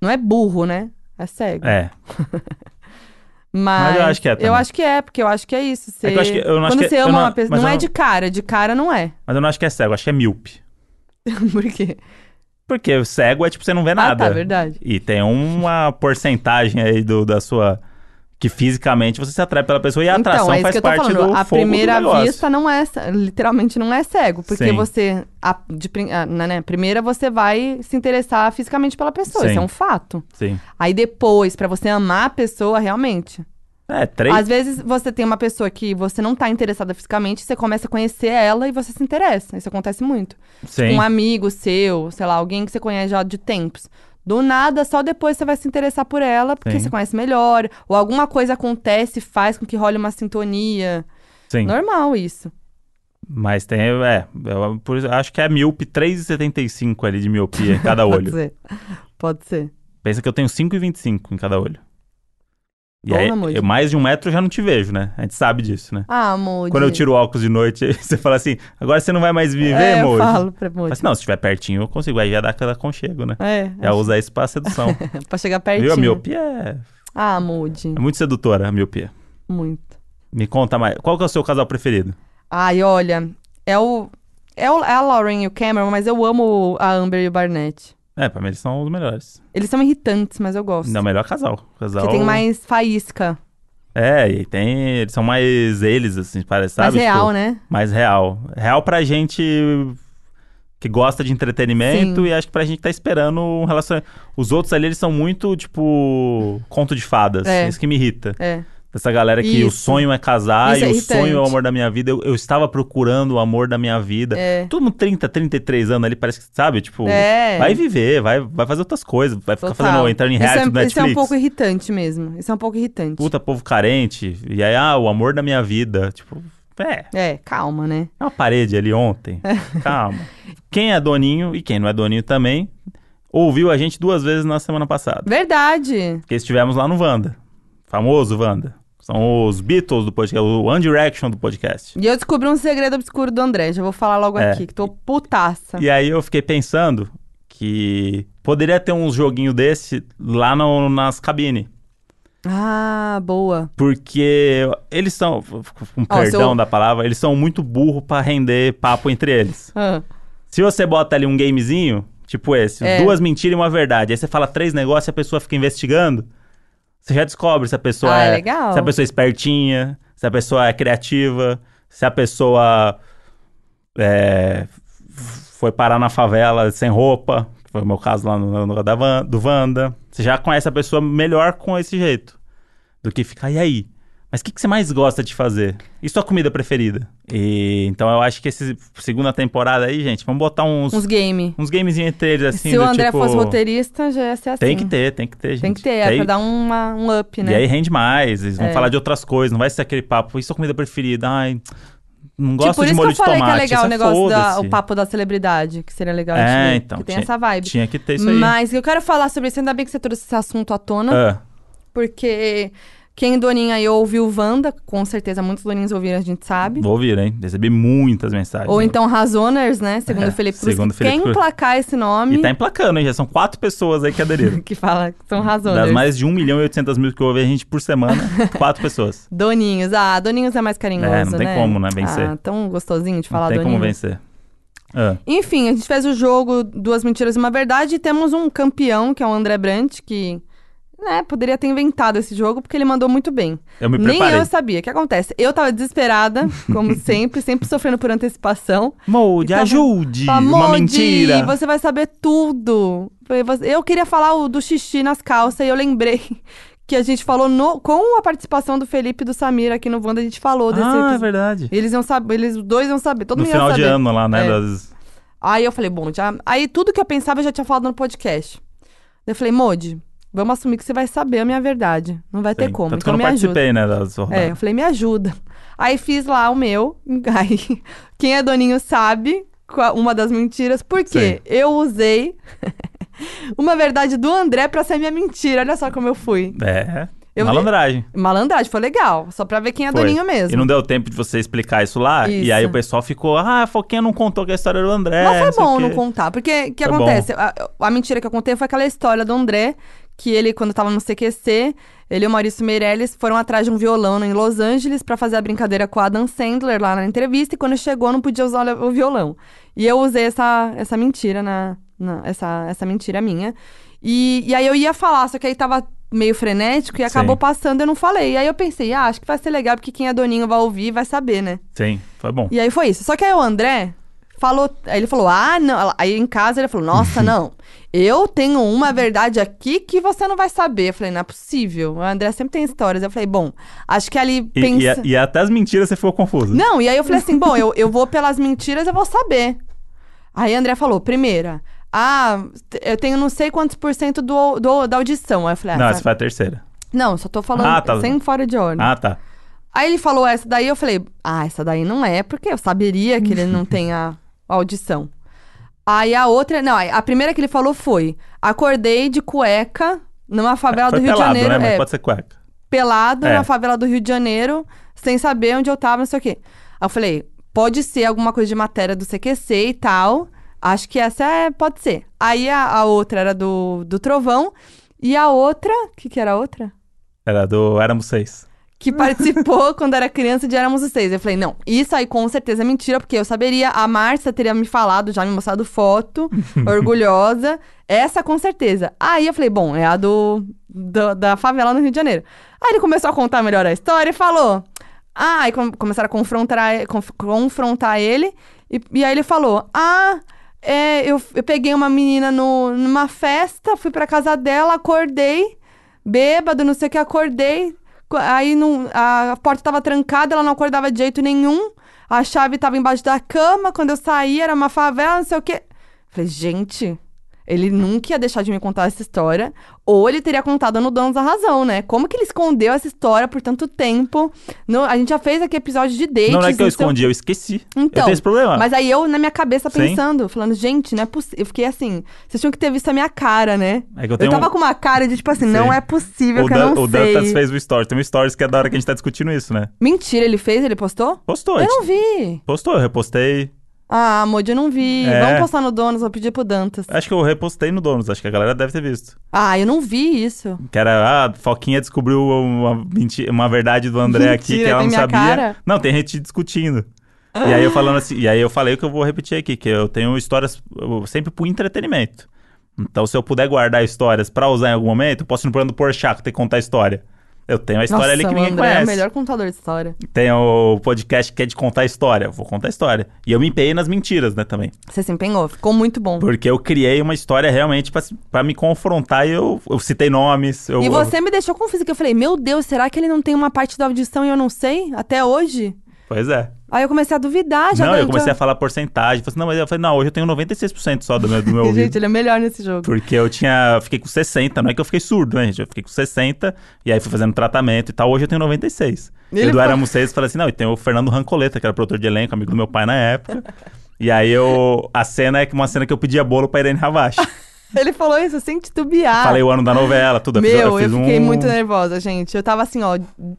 B: Não é burro, né? É cego.
A: É.
B: Mas,
A: Mas eu acho que é
B: Eu
A: também.
B: acho que é, porque eu acho que é isso. Você...
A: É que eu acho que- eu não acho
B: Quando
A: que-
B: você
A: eu
B: ama
A: não-
B: uma pessoa.
A: mas
B: Não
A: eu
B: é
A: não-
B: de cara, de cara não é.
A: Mas eu não acho que é cego, acho que é míope.
B: Por quê?
A: Porque cego é tipo, você não vê
B: Ah,
A: nada.
B: tá, verdade.
A: E tem uma porcentagem aí do, da sua. Que fisicamente você se atrai pela pessoa e a atração
B: então, é isso
A: faz
B: que eu tô
A: parte
B: falando.
A: do
B: a
A: fogo
B: primeira
A: do negócio.
B: vista não é, ce- literalmente não é cego, porque
A: Sim.
B: você, a- de prim- a- na- né, primeira você vai se interessar fisicamente pela pessoa, isso
A: Sim.
B: é um fato.
A: Sim.
B: Aí depois, pra você amar a pessoa realmente.
A: É, três.
B: Às vezes você tem uma pessoa que você não tá interessada fisicamente, você começa a conhecer ela e você se interessa. Isso acontece muito.
A: Sim.
B: Um amigo seu, sei lá, alguém que você conhece já de tempos. Do nada, só depois você vai se interessar por ela, porque
A: Sim.
B: você conhece melhor, ou alguma coisa acontece e faz com que role uma sintonia.
A: Sim.
B: Normal isso.
A: Mas tem. É. eu- por isso- acho que é míope 3,75 ali de miopia em cada
B: Pode
A: É olho.
B: ser. Pode ser.
A: Pensa que eu tenho 5,25 em cada olho. E
B: Bom,
A: aí,
B: amor.
A: eu- mais de um metro eu já não te vejo, né? A gente sabe disso, né?
B: Ah, amor.
A: Quando eu tiro o óculos de noite, você fala assim: agora você não vai mais me ver,
B: é,
A: Moji?
B: Eu falo pra Moji.
A: Mas não, se estiver pertinho, eu consigo. Aí já dá aquela conchego, né?
B: É,
A: Já usar isso pra sedução.
B: acho- pra chegar
A: Viu?
B: pertinho.
A: A miopia é,
B: Ah, Moji.
A: é muito sedutora, a miopia.
B: Muito.
A: Me conta mais. Qual que é o seu casal preferido?
B: Ai, olha. É o... É, o, é a Lauren e o Cameron, mas eu amo a Amber e o Barnett.
A: É, pra mim eles são os melhores.
B: Eles são irritantes, mas eu gosto.
A: Não, um o melhor casal. casal...
B: Porque tem mais faísca.
A: É, e tem... Eles são mais eles, assim, parece,
B: mais
A: sabe?
B: real,
A: Tipo,
B: né?
A: Mais real. Real pra gente que gosta de entretenimento
B: Sim.
A: e acho que pra gente tá esperando um relacionamento. Os outros ali, eles são muito, tipo, conto de fadas.
B: É.
A: Isso que me irrita.
B: É.
A: Dessa galera que o
B: Isso.
A: sonho é casar
B: Isso
A: e
B: é
A: o sonho é o
B: irritante.
A: amor da minha vida. Eu, eu estava procurando o amor da minha vida.
B: É.
A: Todo mundo 30, 33 anos ali, parece que, sabe? Tipo,
B: É.
A: vai viver, vai, vai fazer outras coisas, vai ficar
B: Total.
A: fazendo, entrando em
B: isso, é,
A: reality do Netflix.
B: isso é um pouco irritante mesmo. Isso é um pouco irritante.
A: Puta, povo carente. E aí, ah, o amor da minha vida. Tipo, é,
B: É, calma, né?
A: é uma parede ali ontem.
B: É.
A: Calma. Quem é doninho e quem não é doninho também, ouviu a gente duas vezes na semana passada.
B: Verdade.
A: Porque estivemos lá no Wanda. Famoso Wanda. São os Beatles do podcast, o One Direction do podcast.
B: E eu descobri um segredo obscuro do André. Já vou falar logo
A: É.
B: aqui, que tô putaça.
A: E aí eu fiquei pensando que poderia ter uns joguinho desse lá no- nas cabines.
B: Ah, boa.
A: Porque eles são, com
B: Ó,
A: perdão
B: seu-
A: da palavra, eles são muito burro pra render papo entre eles.
B: Ah,
A: Se você bota ali um gamezinho, tipo esse,
B: É.
A: duas mentiras e uma verdade, aí você fala três negócios e a pessoa fica investigando, você já descobre se a pessoa
B: Ah,
A: é
B: legal.
A: se a pessoa é espertinha, se a pessoa é criativa, se a pessoa é, f- foi parar na favela sem roupa, que foi o meu caso lá no, no da Van, do Wanda. Você já conhece a pessoa melhor com esse jeito do que ficar, e aí? Mas o que, que você mais gosta de fazer? E sua comida preferida? E, então eu acho que essa segunda temporada aí, gente, vamos botar uns,
B: uns game.
A: uns gamezinhos entre eles assim.
B: Se o
A: do
B: André
A: tipo,
B: fosse roteirista, já ia ser assim.
A: Tem que ter, tem que ter, gente.
B: Tem que ter, é
A: Tem-
B: pra dar uma, um up, né?
A: e aí rende mais, eles vão
B: É.
A: falar de outras coisas, não vai ser aquele papo, isso é comida preferida, ai, não
B: Tipo,
A: gosto
B: por
A: de
B: isso
A: molho
B: que eu falei
A: de tomate.
B: que é legal
A: isso
B: o negócio da,
A: foda-se.
B: o papo da celebridade, que seria legal a gente
A: É,
B: ver,
A: então,
B: que tem
A: tinha-
B: essa vibe.
A: Tinha que ter isso aí.
B: Mas eu quero falar sobre isso, ainda bem que você trouxe esse assunto à tona,
A: Ah,
B: porque quem doninha aí ouviu Wanda, com certeza muitos doninhos ouviram, a gente sabe.
A: vou ouvir, hein? Recebi muitas mensagens.
B: Ou então Razoners, né? Segundo
A: É,
B: o Felipe Cruz.
A: segundo
B: que
A: Felipe
B: quem
A: Cruz.
B: placar esse nome
A: E tá emplacando, hein? Já são quatro pessoas aí que aderiram.
B: que fala que são
A: Das
B: Razoners.
A: mais de 1 milhão e 800 mil que ouve a gente por semana, quatro pessoas.
B: Doninhos. Ah, Doninhos é mais carinhoso, né?
A: É, não tem como, né, vencer.
B: Ah, tão gostosinho de
A: Não
B: falar
A: tem
B: Doninhos.
A: como vencer. Ah,
B: Enfim, a gente fez o jogo Duas Mentiras e Uma Verdade e temos um campeão, que é o André Brandt, que... Né, poderia ter inventado esse jogo, porque ele mandou muito bem.
A: eu me
B: Nem
A: preparei.
B: eu sabia. O que acontece? Eu tava desesperada, como sempre, sempre sofrendo por antecipação.
A: Molde,
B: Então,
A: ajude!
B: Fala,
A: Uma
B: "Modi,
A: mentira!
B: Você vai saber tudo. Eu queria falar o do xixi nas calças e eu lembrei que a gente falou no- com a participação do Felipe e do Samir aqui no Wanda, a gente falou desse
A: ah, é
B: episódio.
A: verdade.
B: Eles iam saber, eles dois iam saber, todo
A: no
B: mundo ia
A: final
B: saber.
A: de ano lá, né?
B: É.
A: das-
B: Aí eu falei, bom, já. Aí tudo que eu pensava eu já tinha falado no podcast. Eu falei, Modi, vamos assumir que você vai saber a minha verdade. Não vai ter
A: Sim.
B: como.
A: Tanto que
B: então
A: eu não
B: me ajuda.
A: participei, né? Das
B: É, eu falei, me ajuda. Aí fiz lá o meu. Aí, quem é doninho sabe qua- uma das mentiras, porque
A: Sim.
B: eu usei uma verdade do André pra ser minha mentira. Olha só como eu fui.
A: É.
B: Eu-
A: Malandragem.
B: Malandragem, foi legal. Só pra ver quem é
A: Foi.
B: doninho
A: E
B: mesmo.
A: não deu tempo de você explicar isso lá.
B: Isso.
A: E aí o pessoal ficou, ah, a Foquinha não contou que a história do André.
B: Mas foi
A: É, sei
B: bom
A: o quê."
B: não contar, porque o que
A: Foi bom.
B: acontece? A, a mentira que eu contei foi aquela história do André, que ele, quando tava no CQC, ele e o Maurício Meirelles foram atrás de um violão em Los Angeles pra fazer a brincadeira com o Adam Sandler lá na entrevista, e quando chegou não podia usar o violão. E eu usei essa, essa mentira, na, na- essa, essa mentira minha. E, e aí eu ia falar, só que aí tava meio frenético e acabou passando, eu não falei. E aí eu pensei, ah, acho que vai ser legal, porque quem é doninho vai ouvir e vai saber, né?
A: Sim, foi bom.
B: E aí foi isso. Só que aí o André falou. Aí ele falou: ah, não. Ela- Aí em casa ele falou: nossa,
A: Uhum.
B: não. Eu tenho uma verdade aqui que você não vai saber. Eu falei: não é possível. O André sempre tem histórias. Eu falei: bom, acho que ali
A: E,
B: pensa.
A: e- e até as mentiras você ficou confuso.
B: Não, e aí eu falei assim: bom, eu, eu vou pelas mentiras, eu vou saber. Aí André falou: primeira. Ah, t- eu tenho não sei quantos por cento do, do- da audição. Aí eu falei, ah,
A: Não,
B: essa-
A: essa foi a terceira.
B: não, só tô falando
A: Ah, tá.
B: sem fora de ordem.
A: Ah, tá.
B: Aí ele falou essa daí, eu falei, ah, essa daí não é, porque eu saberia que ele não tem a audição. Aí a outra, não, a primeira que ele falou foi: acordei de cueca numa favela
A: foi
B: do Rio
A: pelado,
B: de Janeiro.
A: né? Mas
B: é,
A: pode ser cueca.
B: pelado
A: É.
B: na favela do Rio de Janeiro, sem saber onde eu tava, não sei o quê. Aí eu falei, pode ser alguma coisa de matéria do CQC e tal. Acho que essa é, pode ser. Aí a, a outra era do, do Trovão. E a outra, o que, que era a outra?
A: Era do Éramos Seis.
B: que participou quando era criança de Éramos os Seis. Eu falei, não, isso aí com certeza é mentira, porque eu saberia, a Márcia teria me falado, já me mostrado foto, orgulhosa. Essa com certeza. Aí eu falei, bom, é a do, do- da favela no Rio de Janeiro. Aí ele começou a contar melhor a história e falou. Ah, aí com- começaram a confrontar, e- conf- confrontar ele. E, e aí ele falou: Ah, é, eu, eu peguei uma menina no, numa festa, fui pra casa dela, acordei, bêbado, não sei o que, acordei. co- Aí não, a porta tava trancada, ela não acordava de jeito nenhum. A chave tava embaixo da cama. Quando eu saí, era uma favela, não sei o que. Falei, gente, ele nunca ia deixar de me contar essa história. Ou ele teria contado no Donos da Razão, né? Como que ele escondeu essa história por tanto tempo? No- a gente já fez aqui episódio de dates.
A: não, não é que eu
B: não sei o
A: escondi, eu esqueci. eu
B: Então,
A: tenho esse problema.
B: mas aí eu, na minha cabeça,
A: Ah. Sim.
B: pensando, falando, gente, não é possível. Eu fiquei assim, vocês tinham que ter visto a minha cara, né?
A: É que eu tenho
B: tava
A: um-
B: com uma cara de tipo assim, não
A: Sim.
B: é possível
A: o
B: que eu
A: Dan- tá
B: não
A: o
B: sei.
A: Dantas fez o stories. Tem um stories que é da hora que a gente tá discutindo isso, né?
B: Mentira, ele fez, ele postou?
A: Postou. a
B: Eu
A: gente
B: não vi.
A: Postou, eu repostei.
B: Ah, Amod, eu não vi.
A: É.
B: Vamos postar no Donos, vou pedir pro Dantas.
A: Acho que eu repostei no Donos, acho que a galera deve ter visto.
B: Ah, eu não vi isso.
A: Que era, ah, Foquinha descobriu uma, menti- uma verdade do André aqui que
B: Mentira,
A: ela
B: tem
A: não
B: minha
A: sabia.
B: cara?
A: Não, tem gente discutindo. E aí eu falando assim, e aí eu falei o que eu vou repetir aqui, que eu tenho histórias eu sempre pro entretenimento. Então, se eu puder guardar histórias pra usar em algum momento, eu posso ir no programa do Porchat ter que contar história. Eu tenho a história
B: Nossa,
A: ali que
B: o
A: ninguém
B: André é o
A: conhece.
B: melhor contador de história.
A: Tem o podcast que é de contar história. Eu Vou contar história. E eu me empenhei nas mentiras, né, também.
B: Você se empenhou, ficou muito bom.
A: Porque eu criei uma história realmente pra- pra me confrontar e eu, eu citei nomes. Eu,
B: E
A: eu-
B: você me deixou confusa, que eu falei, meu Deus, será que ele não tem uma parte da audição e eu não sei? Até hoje?
A: Pois é.
B: Aí eu comecei a duvidar, Ah, já
A: não,
B: deu-
A: eu comecei
B: já-
A: a falar porcentagem. Falei, assim, não, mas eu falei, não, hoje eu tenho 96% só do meu, do meu ouvido.
B: Gente, ele é melhor nesse jogo.
A: Porque eu tinha. eu Fiquei com 60, não é que eu fiquei surdo, né, gente? Eu fiquei com 60, e aí fui fazendo tratamento e tal. Hoje eu tenho 96.
B: E
A: eu
B: ele
A: do
B: fa-
A: Éramos Seis, falei assim, não, e tem o Fernando Rancoleta, que era produtor de elenco, amigo do meu pai na época. e aí eu. A cena é que- uma cena que eu pedia bolo pra Irene Ravache.
B: Ele falou isso sem titubear.
A: Falei o ano da novela, tudo. fiz-
B: Ah. Meu, eu,
A: fiz
B: fiquei
A: um-
B: muito nervosa, gente. Eu tava assim, ó,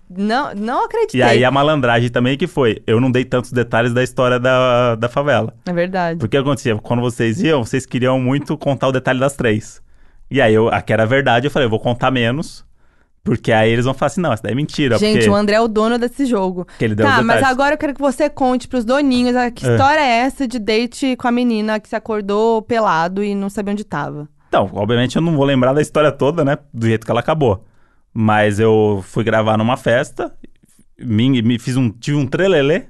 B: não, não acreditei.
A: E aí a malandragem também que foi. Eu não dei tantos detalhes da história da, da favela.
B: É verdade.
A: Porque o que acontecia? Quando vocês iam, vocês queriam muito contar o detalhe das três. E aí, eu, a que era a verdade, eu falei, eu vou contar menos. Porque aí eles vão falar assim, não, isso daí é mentira.
B: Gente,
A: porque,
B: o André é o dono desse jogo.
A: porque ele deu os
B: Tá,
A: detalhes.
B: mas agora eu quero que você conte pros doninhos ah, que
A: É.
B: história é essa de date com a menina que se acordou pelado e não sabia onde tava.
A: Então, obviamente eu não vou lembrar da história toda, né? Do jeito que ela acabou. Mas eu fui gravar numa festa, me, me fiz um, tive um trelelê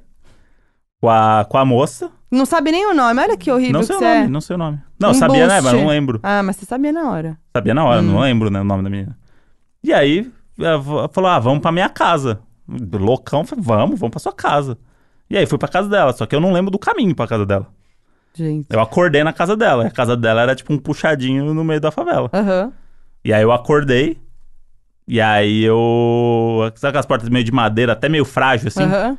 A: com a, com a moça.
B: Não sabe nem o nome, olha que horrível
A: não
B: que
A: sei o
B: você
A: nome,
B: é.
A: não sei o nome. Não,
B: Um
A: sabia, né? Mas
B: embuste.
A: não lembro.
B: Ah, mas você sabia na hora.
A: Sabia na hora, não lembro né, o nome da menina. E aí, ela fa- falou: ah, vamos pra minha casa. Loucão, falei, vamos, vamos pra sua casa. E aí, fui pra casa dela, só que eu não lembro do caminho pra casa dela.
B: Gente.
A: Eu acordei na casa dela, e a casa dela era tipo um puxadinho no meio da favela.
B: Aham.
A: E aí, eu acordei, e aí eu. Sabe aquelas portas meio de madeira, até meio frágil assim?
B: Aham.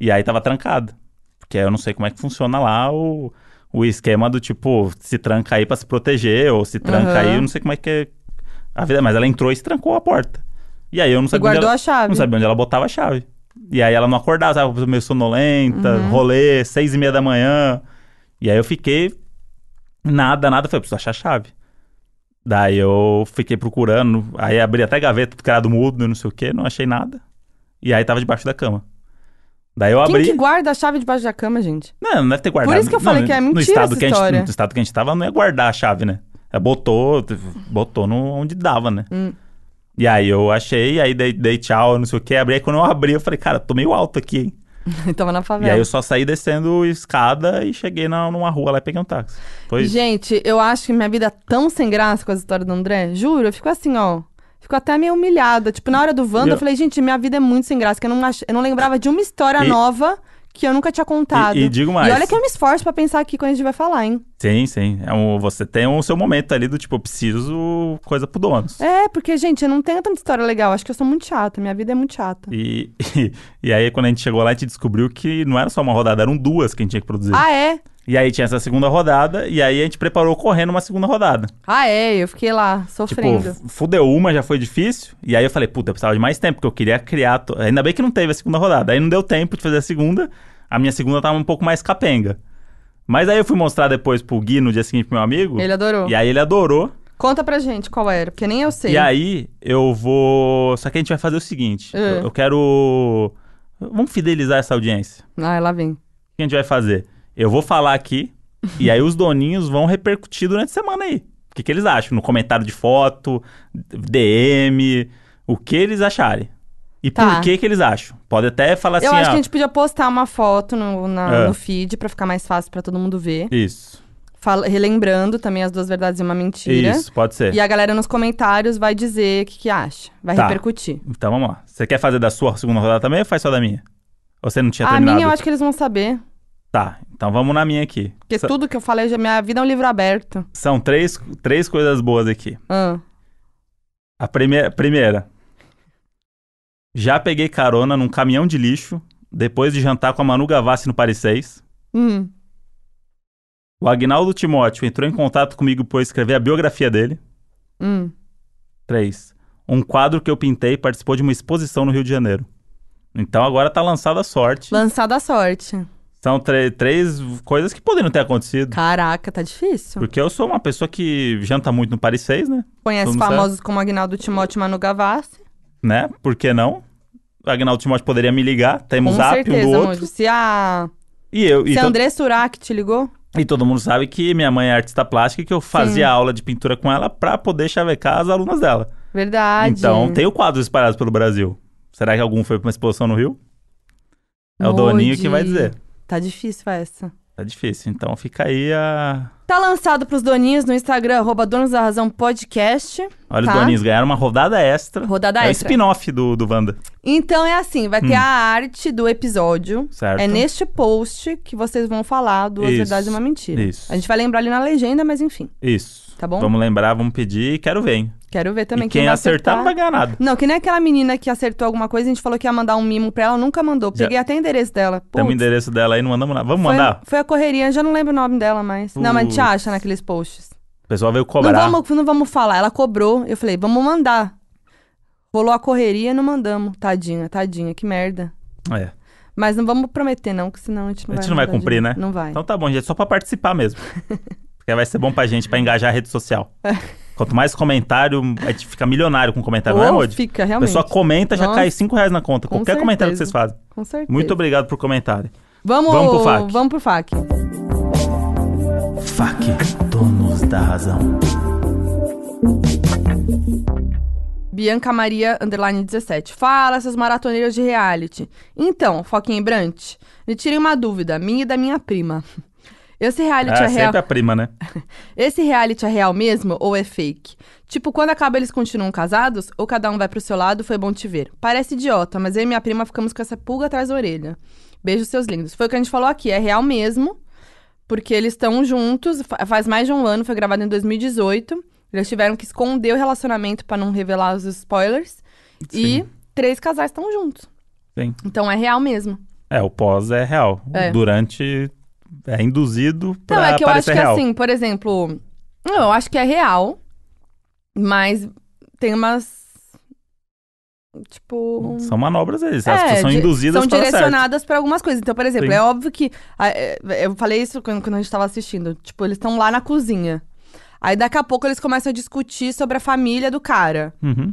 A: E aí tava trancado. Porque eu não sei como é que funciona lá o, o esquema do tipo, se tranca aí pra se proteger, ou se tranca
B: Aham.
A: aí, eu não sei como é que é a vida. Mas ela entrou e se trancou a porta. E aí eu não
B: Você
A: sabia, onde
B: guardou
A: ela,
B: a chave.
A: não sabia onde ela botava a chave. E aí ela não acordava, sabe? Meio sonolenta,
B: Uhum.
A: rolê, seis e meia da manhã. E aí eu fiquei. Nada, nada. Falei, preciso achar a chave. Daí eu fiquei procurando. Aí abri até gaveta do criado mudo, não sei o quê, não achei nada. E aí tava debaixo da cama. Daí eu
B: Quem
A: abri.
B: que guarda a chave debaixo da cama, gente?
A: Não, não deve ter guardado.
B: isso que eu
A: Não,
B: falei que é
A: no
B: mentira
A: estado
B: essa
A: que a gente-
B: história.
A: no estado que a gente tava, não ia guardar a chave, né? Ela botou, botou no, onde dava, né?
B: Hum.
A: E aí eu achei, aí dei, dei tchau, não sei o que, abri. Aí quando eu abri, eu falei, cara, tô meio alto aqui, hein?
B: Tava na
A: E
B: favela.
A: aí eu só saí descendo escada e cheguei na, numa rua lá e peguei um táxi. Foi isso.
B: Gente, eu acho que minha vida é tão sem graça com as histórias do André. Juro, eu fico assim, ó. Fico até meio humilhada. Tipo, na hora do
A: E
B: Wanda, eu...
A: eu-
B: falei, gente, minha vida é muito sem graça. Que eu, não ach... eu não lembrava de uma história
A: E-
B: nova que eu nunca tinha contado.
A: E, e digo mais.
B: E olha que eu me esforço pra pensar aqui quando a gente vai falar, hein?
A: Sim, sim. É um, você tem o seu momento ali do tipo, eu preciso coisa pro dono.
B: É, porque, gente, eu não tenho tanta história legal. Acho que eu sou muito chata. Minha vida é muito chata.
A: E, e, e aí quando a gente chegou lá, a gente descobriu que não era só uma rodada, eram duas que a gente tinha que produzir.
B: Ah, é?
A: E aí tinha essa segunda rodada, e aí a gente preparou correndo uma segunda rodada.
B: Ah, é. Eu fiquei lá, sofrendo.
A: Tipo, fudeu uma, já foi difícil. E aí eu falei, puta, eu precisava de mais tempo, porque eu queria criar. to- Ainda bem que não teve a segunda rodada. Aí não deu tempo de fazer a segunda. A minha segunda tava um pouco mais capenga. Mas aí eu fui mostrar depois pro Gui no dia seguinte pro meu amigo.
B: Ele adorou.
A: E aí ele adorou.
B: Conta pra gente qual era, porque nem eu sei.
A: E aí eu vou. Só que a gente vai fazer o seguinte:
B: É.
A: eu, eu quero. Vamos fidelizar essa audiência.
B: Ah, lá vem.
A: O que a gente vai fazer? Eu vou falar aqui e aí os doninhos vão repercutir durante a semana aí. O que, que eles acham? No comentário de foto, DM, o que eles acharem. E
B: Tá.
A: por que que eles acham? Pode até falar assim,
B: eu acho
A: ah,
B: que a gente podia postar uma foto no, na-
A: É.
B: no feed pra ficar mais fácil pra todo mundo ver.
A: isso,
B: Fala- relembrando também as duas verdades e uma mentira.
A: isso, pode ser.
B: E a galera nos comentários vai dizer o que, que acha. Vai
A: Tá.
B: repercutir.
A: Então vamos lá. Você quer fazer da sua segunda rodada também ou faz só da minha? Ou Você não tinha
B: a
A: terminado?
B: minha eu acho que eles vão saber.
A: Tá, então vamos na minha aqui.
B: Porque
A: Sa-
B: tudo que eu falei, já- minha vida é um livro aberto.
A: São três, três coisas boas aqui.
B: Ah,
A: A primeira, primeira. Já peguei carona num caminhão de lixo depois de jantar com a Manu Gavassi no Paris 6.
B: hum.
A: O Agnaldo Timóteo entrou em contato comigo por escrever a biografia dele.
B: Hum.
A: 3. Um quadro que eu pintei participou de uma exposição no Rio de Janeiro. Então agora tá lançada a sorte.
B: Lançada a sorte.
A: São tre- três coisas que poderiam ter acontecido.
B: Caraca, tá difícil.
A: Porque eu sou uma pessoa que janta muito no Paris 6, né?
B: Conhece
A: Vamos
B: famosos como Agnaldo Timóteo e Manu Gavassi.
A: Né? Por que não? O Agnaldo Timóteo poderia me ligar.
B: Com
A: Temos zap um do
B: certeza,
A: outro. Então-
B: Mojo. Se a.
A: E eu. e
B: Se a
A: to-
B: André Surak te ligou?
A: E todo mundo sabe que minha mãe é artista plástica e que eu fazia aula de pintura com ela pra poder chavecar as alunas dela.
B: Verdade.
A: Então, tenho quadros espalhados pelo Brasil. Será que algum foi pra uma exposição no Rio? É o
B: Modi.
A: Doninho que vai dizer.
B: Tá difícil essa.
A: Tá difícil. Então, fica aí a...
B: Tá lançado pros doninhos no Instagram, arroba Donos da Razão Podcast.
A: Olha,
B: Tá.
A: os Doninhos ganharam uma rodada extra.
B: Rodada
A: é
B: extra.
A: o spin-off do, do Wanda,
B: Então é assim, vai ter a arte do episódio.
A: Hum. certo?
B: É neste post que vocês vão falar duas
A: Isso,
B: verdades e uma mentira.
A: isso.
B: A gente vai lembrar ali na legenda, mas enfim,
A: Isso.
B: tá bom?
A: Vamos lembrar, vamos pedir e quero ver, hein?
B: Quero ver também
A: e quem
B: vai
A: acertar, não vai ganhar nada.
B: Não, que nem aquela menina que acertou alguma coisa, a gente falou que ia mandar um mimo pra ela, nunca mandou.
A: Já-
B: Peguei até o endereço dela. Putz,
A: Temos o endereço dela aí, não mandamos nada. Vamos
B: foi,
A: mandar?
B: Foi a correria, já não lembro o nome dela mais. Não, mas a gente
A: Putz.
B: acha naqueles posts.
A: O pessoal veio
B: Não
A: cobrar.
B: vamos, um- não vamos falar. Ela cobrou. Eu falei, vamos mandar. Rolou a correria, não mandamos. Tadinha, tadinha, que merda.
A: É.
B: Mas não vamos prometer, não, que senão a gente não
A: A
B: vai
A: gente não vai
B: mandar
A: cumprir,
B: de-
A: né?
B: Não vai.
A: Então tá bom, gente. Só pra participar mesmo. Porque vai ser bom pra gente, pra engajar a rede social. Quanto mais comentário, a gente fica milionário com comentário, não é,
B: Ou
A: Modi?
B: fica,
A: A
B: realmente.
A: pessoa comenta, já
B: Nossa.
A: cai 5 reais na conta.
B: Com
A: Qualquer comentário que
B: certeza.
A: vocês fazem.
B: Com certeza.
A: Muito obrigado por comentário.
B: Vamos,
A: Vamos pro FAQ.
B: Vamos pro FAQ.
A: Fuck, donos da razão.
B: Bianca Maria, underline 17. Fala, seus maratoneiros de reality. Então, Foquinha e Brant, me tirem uma dúvida, minha e da minha prima. Esse
A: É,
B: reality é, real...
A: sempre a prima, né?
B: Esse reality é real mesmo ou é fake? Tipo, quando acaba eles continuam casados ou cada um vai pro seu lado, foi bom te ver. Parece idiota, mas eu e minha prima ficamos com essa pulga atrás da orelha. Beijo, seus lindos. Foi o que a gente falou aqui, é real mesmo, porque eles estão juntos, fa- faz mais de um ano, foi gravado em 2018. Eles tiveram que esconder o relacionamento pra não revelar os spoilers. E três casais estão juntos.
A: Sim.
B: Então é real mesmo.
A: É, o pós é real.
B: É.
A: O durante é induzido pra
B: Não, é que eu acho
A: parecer
B: que
A: real.
B: assim, por exemplo. Não, eu acho que é real, mas tem umas. Tipo. é,
A: São manobras eles, Hum, as pessoas são
B: di-
A: induzidas
B: São
A: para certo.
B: direcionadas pra algumas coisas. Então, por exemplo,
A: Sim.
B: é óbvio que. a- é, Eu falei isso quando quando a gente tava assistindo. Tipo, eles estão lá na cozinha. Aí daqui a pouco eles começam a discutir sobre a família do cara.
A: Uhum.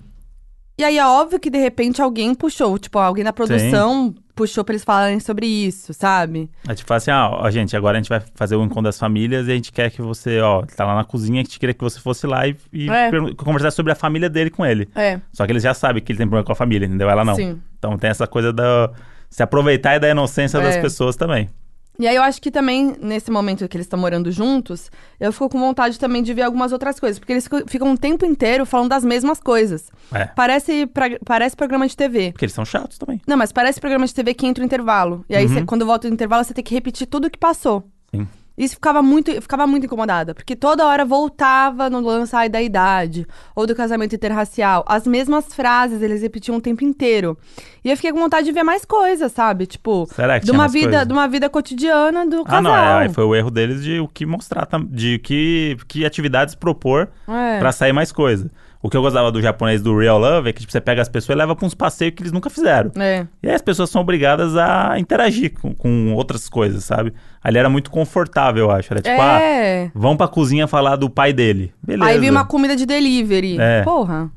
B: E aí é óbvio que de repente alguém puxou, tipo, alguém da produção puxou pra eles falarem sobre isso, sabe?
A: A gente fala assim, ah, ó, gente, agora a gente vai fazer o encontro das famílias e a gente quer que você, ó, ele tá lá na cozinha, a gente queria que você fosse lá e, e
B: É.
A: pergun- conversar sobre a família dele com ele.
B: É.
A: Só que eles já sabem que ele tem problema com a família, entendeu? Ela não.
B: Sim.
A: Então tem essa coisa da se aproveitar e da inocência das
B: É.
A: pessoas também.
B: E aí eu acho que também, nesse momento que eles estão morando juntos, eu fico com vontade também de ver algumas outras coisas. Porque eles ficam- ficam o tempo inteiro falando das mesmas coisas.
A: É.
B: Parece, pra- parece programa de TV.
A: Porque eles são chatos também.
B: Não, mas parece programa de TV que entra o intervalo. E aí,
A: Uhum.
B: cê- quando volta o intervalo, você tem que repetir tudo o que passou.
A: Sim.
B: Isso ficava muito, eu ficava muito incomodada, porque toda hora voltava no lance ai, da idade ou do casamento interracial. As mesmas frases eles repetiam o tempo inteiro. E eu fiquei com vontade de ver mais coisas, sabe? Tipo,
A: Será que
B: de
A: tinha
B: uma
A: mais
B: vida,
A: coisa?
B: de uma vida cotidiana do
A: Ah,
B: casal.
A: não, é, aí foi o erro deles de o que mostrar, tam- de que, que atividades propor
B: É.
A: pra sair mais coisa. O que eu gostava do japonês do Real Love é que tipo, você pega as pessoas e leva pra uns passeios que eles nunca fizeram.
B: É.
A: E aí as pessoas são obrigadas a interagir com, com outras coisas, sabe? Ali era muito confortável, eu acho. Era tipo, ah,
B: É.
A: vão pra cozinha falar do pai dele. Beleza.
B: Aí veio uma comida de delivery.
A: É.
B: Porra,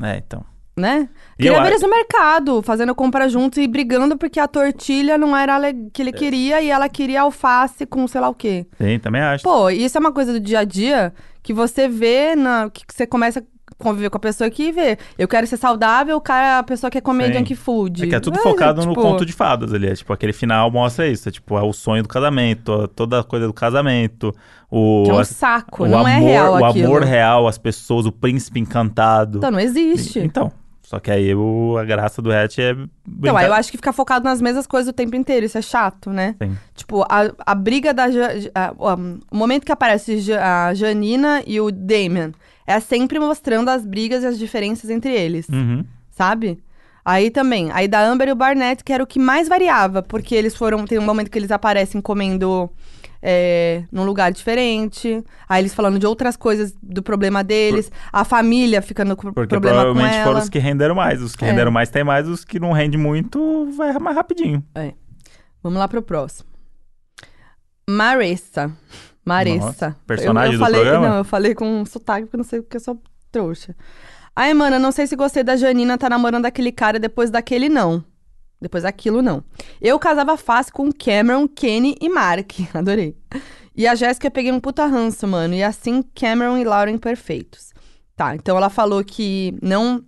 A: É, então.
B: né?
A: E
B: Queria
A: eu
B: ver
A: acho-
B: eles no mercado, fazendo compra juntos e brigando porque a tortilha não era a le-
A: É.
B: que ele queria e ela queria alface com sei lá o quê.
A: Sim, também acho.
B: Pô, isso é uma coisa do dia a dia que você vê, na, que você começa a conviver com a pessoa aqui e vê. Eu quero ser saudável, o cara, a pessoa quer comer
A: Sim.
B: junk food.
A: É que é tudo
B: Mas,
A: focado no
B: tipo,
A: conto de fadas ali. É, tipo, aquele final mostra isso. É, tipo, é o sonho do casamento, a- toda a coisa do casamento. O,
B: que é um
A: as-
B: saco,
A: o
B: não
A: amor,
B: é real
A: o
B: aquilo.
A: amor real, as pessoas, o príncipe encantado.
B: Então, não existe.
A: E- Então. Só que aí o, a graça do hatch é
B: Então,
A: brincar.
B: aí eu acho que ficar focado nas mesmas coisas o tempo inteiro, isso é chato, né?
A: Sim.
B: Tipo, a, a briga da. Ja- de- a- o- um, o momento que aparece Ja- a Janina e o Damien é sempre mostrando as brigas e as diferenças entre eles,
A: Uhum.
B: sabe? Aí também, aí da Amber e o Barnett, que era o que mais variava, porque eles foram. Tem um momento que eles aparecem comendo é, num lugar diferente, aí eles falando de outras coisas do problema deles, a família ficando com
A: Porque
B: problema com
A: provavelmente
B: ela.
A: foram os que renderam mais. Os que
B: É.
A: renderam mais tem mais, os que não rendem muito vai mais rapidinho.
B: Vamos lá pro próximo. Maressa. Maressa.
A: Nossa, personagem
B: eu, eu
A: do
B: falei,
A: programa?
B: Não, eu falei com um sotaque porque eu não sei porque eu sou trouxa. Ai, mano, eu não sei se gostei da Janina tá namorando aquele cara depois daquele não. Depois daquilo não. Eu casava fácil com Cameron, Kenny e Mark. Adorei. E a Jéssica eu peguei um puta ranço, mano. E assim, Cameron e Lauren perfeitos. Tá, então ela falou que não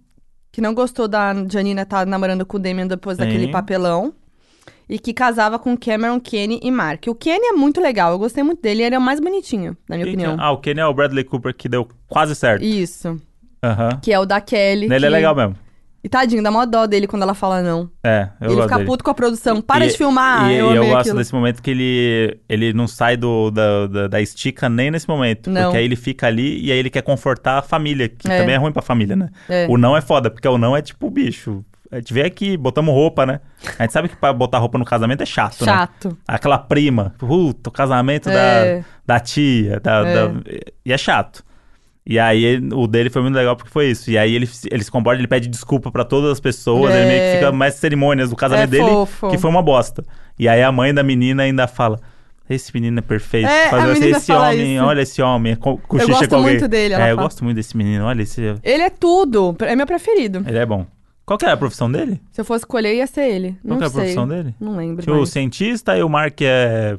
B: que não gostou da Janina tá namorando com o Damien depois
A: Sim.
B: daquele papelão. E que casava com Cameron, Kenny e Mark. O Kenny é muito legal, eu gostei muito dele, ele é o mais bonitinho, na minha
A: Quem que é?
B: opinião.
A: Ah, o Kenny é o Bradley Cooper que deu quase certo.
B: Isso.
A: Aham.
B: Que é o da Kelly.
A: Ele
B: que-
A: é legal mesmo.
B: E tadinho, dá mó dó dele quando ela fala não.
A: É, eu
B: ele
A: gosto
B: fica
A: dele.
B: puto com a produção. Para
A: E-
B: de filmar.
A: E
B: eu
A: e
B: amei
A: gosto
B: aquilo.
A: desse momento que ele, ele não sai do, da, da, da estica nem nesse momento.
B: Não.
A: Porque aí ele fica ali e aí ele quer confortar a família, que
B: É.
A: também é ruim pra família, né?
B: É.
A: O não é foda, porque o não é tipo, bicho, a gente veio aqui, botamos roupa, né? A gente sabe que pra botar roupa no casamento é chato, né?
B: Chato.
A: Aquela prima, puta, o casamento
B: É.
A: da, da tia, da,
B: É.
A: da- e é chato. E aí ele- o dele foi muito legal porque foi isso. E aí ele, se- ele se comporta, ele pede desculpa pra todas as pessoas,
B: É.
A: ele meio que fica mais cerimônias do casamento
B: É
A: dele,
B: fofo.
A: que foi uma bosta. E aí a mãe da menina ainda fala: Esse menino é perfeito,
B: É, a
A: faz esse,
B: menina
A: esse
B: fala
A: homem,
B: isso.
A: olha esse homem, é co- cochicha
B: gosto
A: com alguém.
B: muito dele, ela
A: é, eu
B: fala.
A: gosto muito desse menino, olha esse.
B: Ele é tudo. É meu preferido.
A: Ele é bom. Qual que era a profissão dele?
B: Se eu fosse escolher, ia ser ele.
A: Qual
B: não
A: que era a
B: sei.
A: profissão dele?
B: Não lembro.
A: Tinha o
B: mais.
A: cientista e o Mark é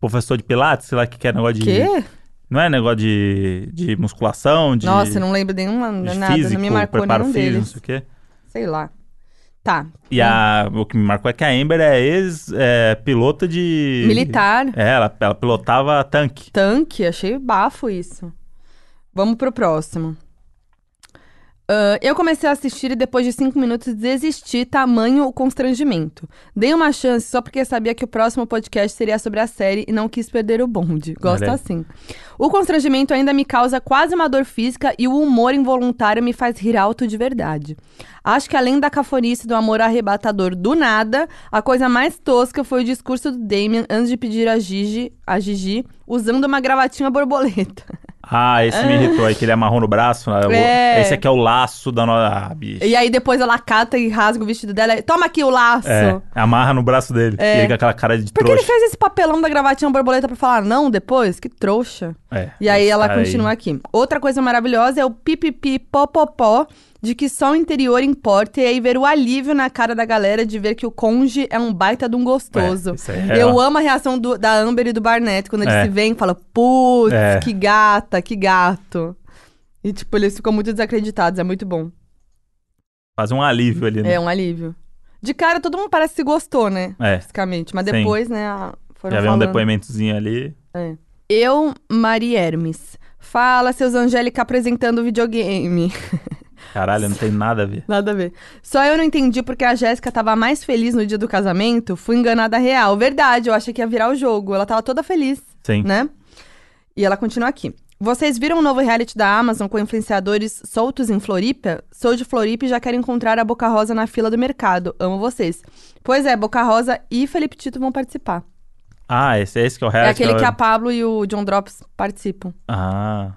A: professor de pilates, sei lá que que é negócio de.
B: Quê?
A: Não é negócio de, de musculação, de.
B: Nossa, eu não lembro nenhuma
A: de
B: nada.
A: físico,
B: não me marcou
A: preparo
B: nenhum
A: físico, não
B: deles.
A: sei o quê.
B: Sei lá. Tá.
A: E a, o que me marcou é que a Amber é ex-pilota de.
B: Militar,
A: É, ela, ela pilotava tanque.
B: tanque, achei bafo isso. Vamos pro próximo. Ah, eu comecei a assistir e depois de cinco minutos desisti, tamanho o constrangimento. Dei uma chance só porque sabia que o próximo podcast seria sobre a série e não quis perder o bonde. Gosto
A: Olha aí.
B: assim. O constrangimento ainda me causa quase uma dor física e o humor involuntário me faz rir alto de verdade. Acho que além da cafonice do amor arrebatador do nada, a coisa mais tosca foi o discurso do Damien antes de pedir a Gigi, a Gigi, usando uma gravatinha borboleta.
A: Ah, esse me irritou. É que ele amarrou no braço. né? O-
B: É.
A: Esse aqui é o laço da nossa. Ah, bicho.
B: E aí depois ela cata e rasga o vestido dela. e, Toma aqui o laço.
A: É, amarra no braço dele. E ele com aquela cara de
B: É. Porque
A: trouxa.
B: ele fez esse papelão da gravatinha borboleta pra falar não depois? Que trouxa.
A: É,
B: E aí
A: esse
B: ela
A: cara aí.
B: continua aqui. Outra coisa maravilhosa é o pipipi popopó de que só o interior importa e aí ver o alívio na cara da galera de ver que o conge é um baita de um gostoso.
A: É, isso aí é
B: Eu
A: uma-
B: amo a reação do- da Amber e do Barnett quando eles
A: É.
B: se veem e falam, putz,
A: É.
B: que gata, que gato. E tipo, eles ficam muito desacreditados, é muito bom.
A: Faz um alívio ali, né?
B: É um alívio. De cara, todo mundo parece que se gostou, né?
A: É.
B: Basicamente. Mas
A: Sim.
B: depois, né, a- foram
A: Já vem um
B: falando.
A: depoimentozinho ali.
B: Eu, Mari Hermes. Fala, seus Angélica apresentando o videogame.
A: Caralho, não tem nada a ver.
B: Nada a ver. Só eu não entendi porque a Jéssica tava mais feliz no dia do casamento. Fui enganada real. Verdade, eu achei que ia virar o jogo. Ela tava toda feliz,
A: Sim.
B: né? E ela continua aqui. Vocês viram o novo reality da Amazon com influenciadores soltos em Floripa? Sou de Floripa e já quero encontrar a Boca Rosa na fila do mercado. Amo vocês. Pois é, Boca Rosa e Felipe Tito vão participar.
A: Ah, esse, esse que é o
B: É
A: reality.
B: aquele que
A: eu-
B: a Pablo e o John Drops participam.
A: Ah,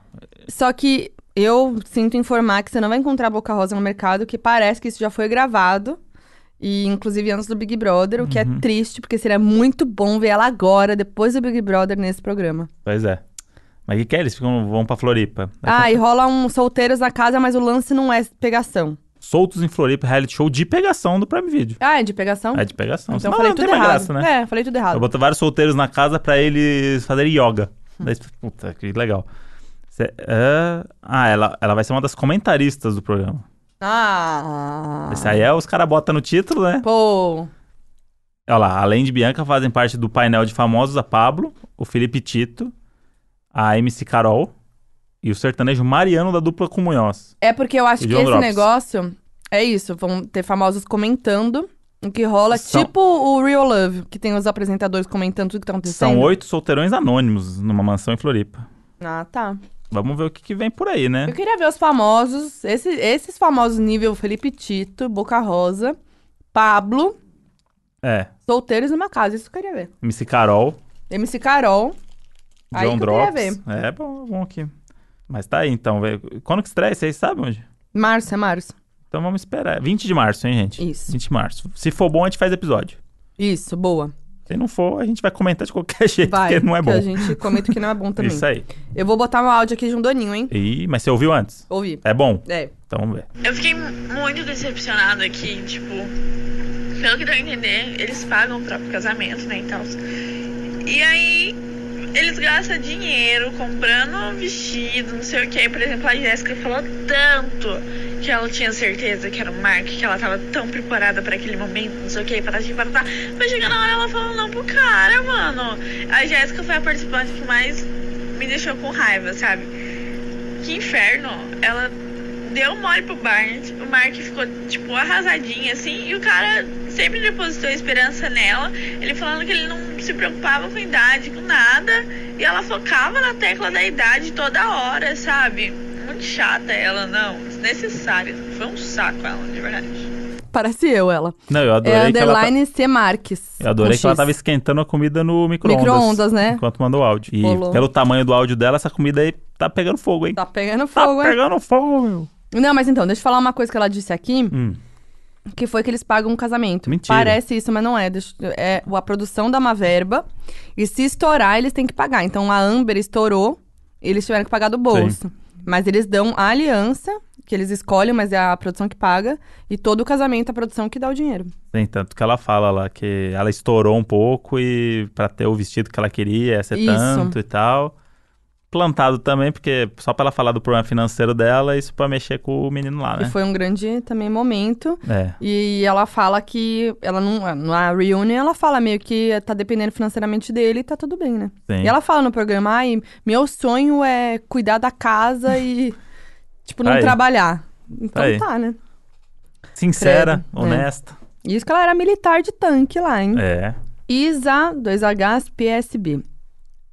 B: Só que eu sinto informar que você não vai encontrar Boca Rosa no mercado, que parece que isso já foi gravado. E inclusive antes do Big Brother, o que
A: Uhum.
B: é triste, porque seria muito bom ver ela agora, depois do Big Brother, nesse programa.
A: pois é. Mas o que, que é? Eles ficam, vão pra Floripa.
B: Ah, e rola um solteiros na casa, mas o lance não é pegação.
A: Soltos em Floripa, reality show de pegação do Prime Video.
B: Ah, é de pegação?
A: É de pegação.
B: Então
A: Mas
B: falei
A: não
B: tudo
A: tem mais
B: errado.
A: graça, né?
B: É, falei tudo
A: Eu
B: errado.
A: boto vários solteiros na casa pra eles fazerem yoga.
B: Hum.
A: Daí, puta, que legal. Cê- é, Ah, ela, ela vai ser uma das comentaristas do programa.
B: Ah.
A: Esse aí é os caras botam no título, né?
B: Pô.
A: Olha lá, além de Bianca, fazem parte do painel de famosos a Pablo, o Felipe Tito, a MC Carol e o sertanejo Mariano da dupla com Munhoz.
B: É porque eu acho
A: E
B: que
A: John
B: esse
A: Drops.
B: negócio é isso, vão ter famosos comentando o que rola,
A: São-
B: tipo o Real Love, que tem os apresentadores comentando tudo que tá acontecendo.
A: São oito solteirões anônimos numa mansão em Floripa.
B: Ah, tá.
A: Vamos ver o que, que vem por aí, né?
B: Eu queria ver os famosos, esse- esses famosos nível Felipe Tito, Boca Rosa, Pablo,
A: É,
B: solteiros numa casa, isso eu queria ver.
A: MC Carol,
B: MC Carol, Aí
A: John
B: que eu queria
A: Drops. É bom, bom aqui. Mas tá aí então. vê- Quando que estreia? Vocês sabem onde?
B: março, é março.
A: Então vamos esperar. 20 de março, hein, gente?
B: Isso.
A: 20 de março. Se for bom, a gente faz episódio.
B: Isso, boa.
A: Se não for, a gente vai comentar de qualquer jeito,
B: Vai,
A: porque não é
B: que
A: bom.
B: a gente comenta que não é bom também.
A: Isso aí.
B: Eu vou botar um áudio aqui de um doninho, hein?
A: Ih, mas você ouviu antes?
B: Ouvi.
A: É bom?
B: É.
A: Então vamos ver.
C: Eu fiquei muito decepcionada que, tipo, pelo que deu a entender, eles pagam o próprio casamento, né, e tal. E aí, eles gastam dinheiro comprando um vestido, não sei o que. Por exemplo, a Jéssica falou tanto que ela tinha certeza que era o Mark, que ela tava tão preparada pra aquele momento, não sei o tá, que, patati patatá. Mas chegando na hora, ela falou não pro cara, mano. A Jéssica foi a participante que mais me deixou com raiva, sabe? Que inferno. Ela deu mole pro Barnett, o Mark ficou, tipo, arrasadinho, assim, e o cara sempre depositou esperança nela, ele falando que ele não se preocupava com idade, com nada, e ela focava na tecla da idade toda hora, sabe? Muito chata ela, não, desnecessária. Foi um saco ela, de verdade.
B: Parece eu, ela.
A: Não, eu adorei
B: é
A: que ela. tá-
B: underline C Marques.
A: Eu adorei
B: com
A: que ela
B: X.
A: tava esquentando a comida no micro-ondas.
B: Micro-ondas, né?
A: Enquanto mandou o áudio. E
B: Rolou.
A: pelo tamanho do áudio dela, essa comida aí tá pegando fogo, hein?
B: Tá pegando
A: Tá
B: fogo, hein?
A: pegando fogo, meu.
B: Não, mas então, deixa eu falar uma coisa que ela disse aqui.
A: Hum.
B: que foi que eles pagam um casamento.
A: Mentira.
B: Parece isso, mas não é. Deixa- É a produção dá uma verba. E se estourar, eles têm que pagar. Então a Amber estourou, eles tiveram que pagar do bolso. Mas eles dão a aliança, que eles escolhem, mas é a produção que paga. E todo o casamento é a produção que dá o dinheiro.
A: Tem tanto que ela fala lá que ela estourou um pouco e pra ter o vestido que ela queria, ia ser
B: Isso.
A: tanto e tal. Plantado também, porque só pra ela falar do problema financeiro dela, isso pra mexer com o menino lá,
B: E
A: né?
B: foi um grande também momento.
A: É.
B: E ela fala que ela não. é, Na reunion, ela fala meio que tá dependendo financeiramente dele e tá tudo bem, né?
A: Sim.
B: E ela fala no programa, ai, meu sonho é cuidar da casa e, tipo, não
A: Tá Aí.
B: trabalhar. Então
A: Aí.
B: tá, né?
A: Sincera,
B: Credo, é.
A: honesta.
B: Isso que ela era militar de tanque lá, hein?
A: É.
B: Isa, 2Hs, PSB.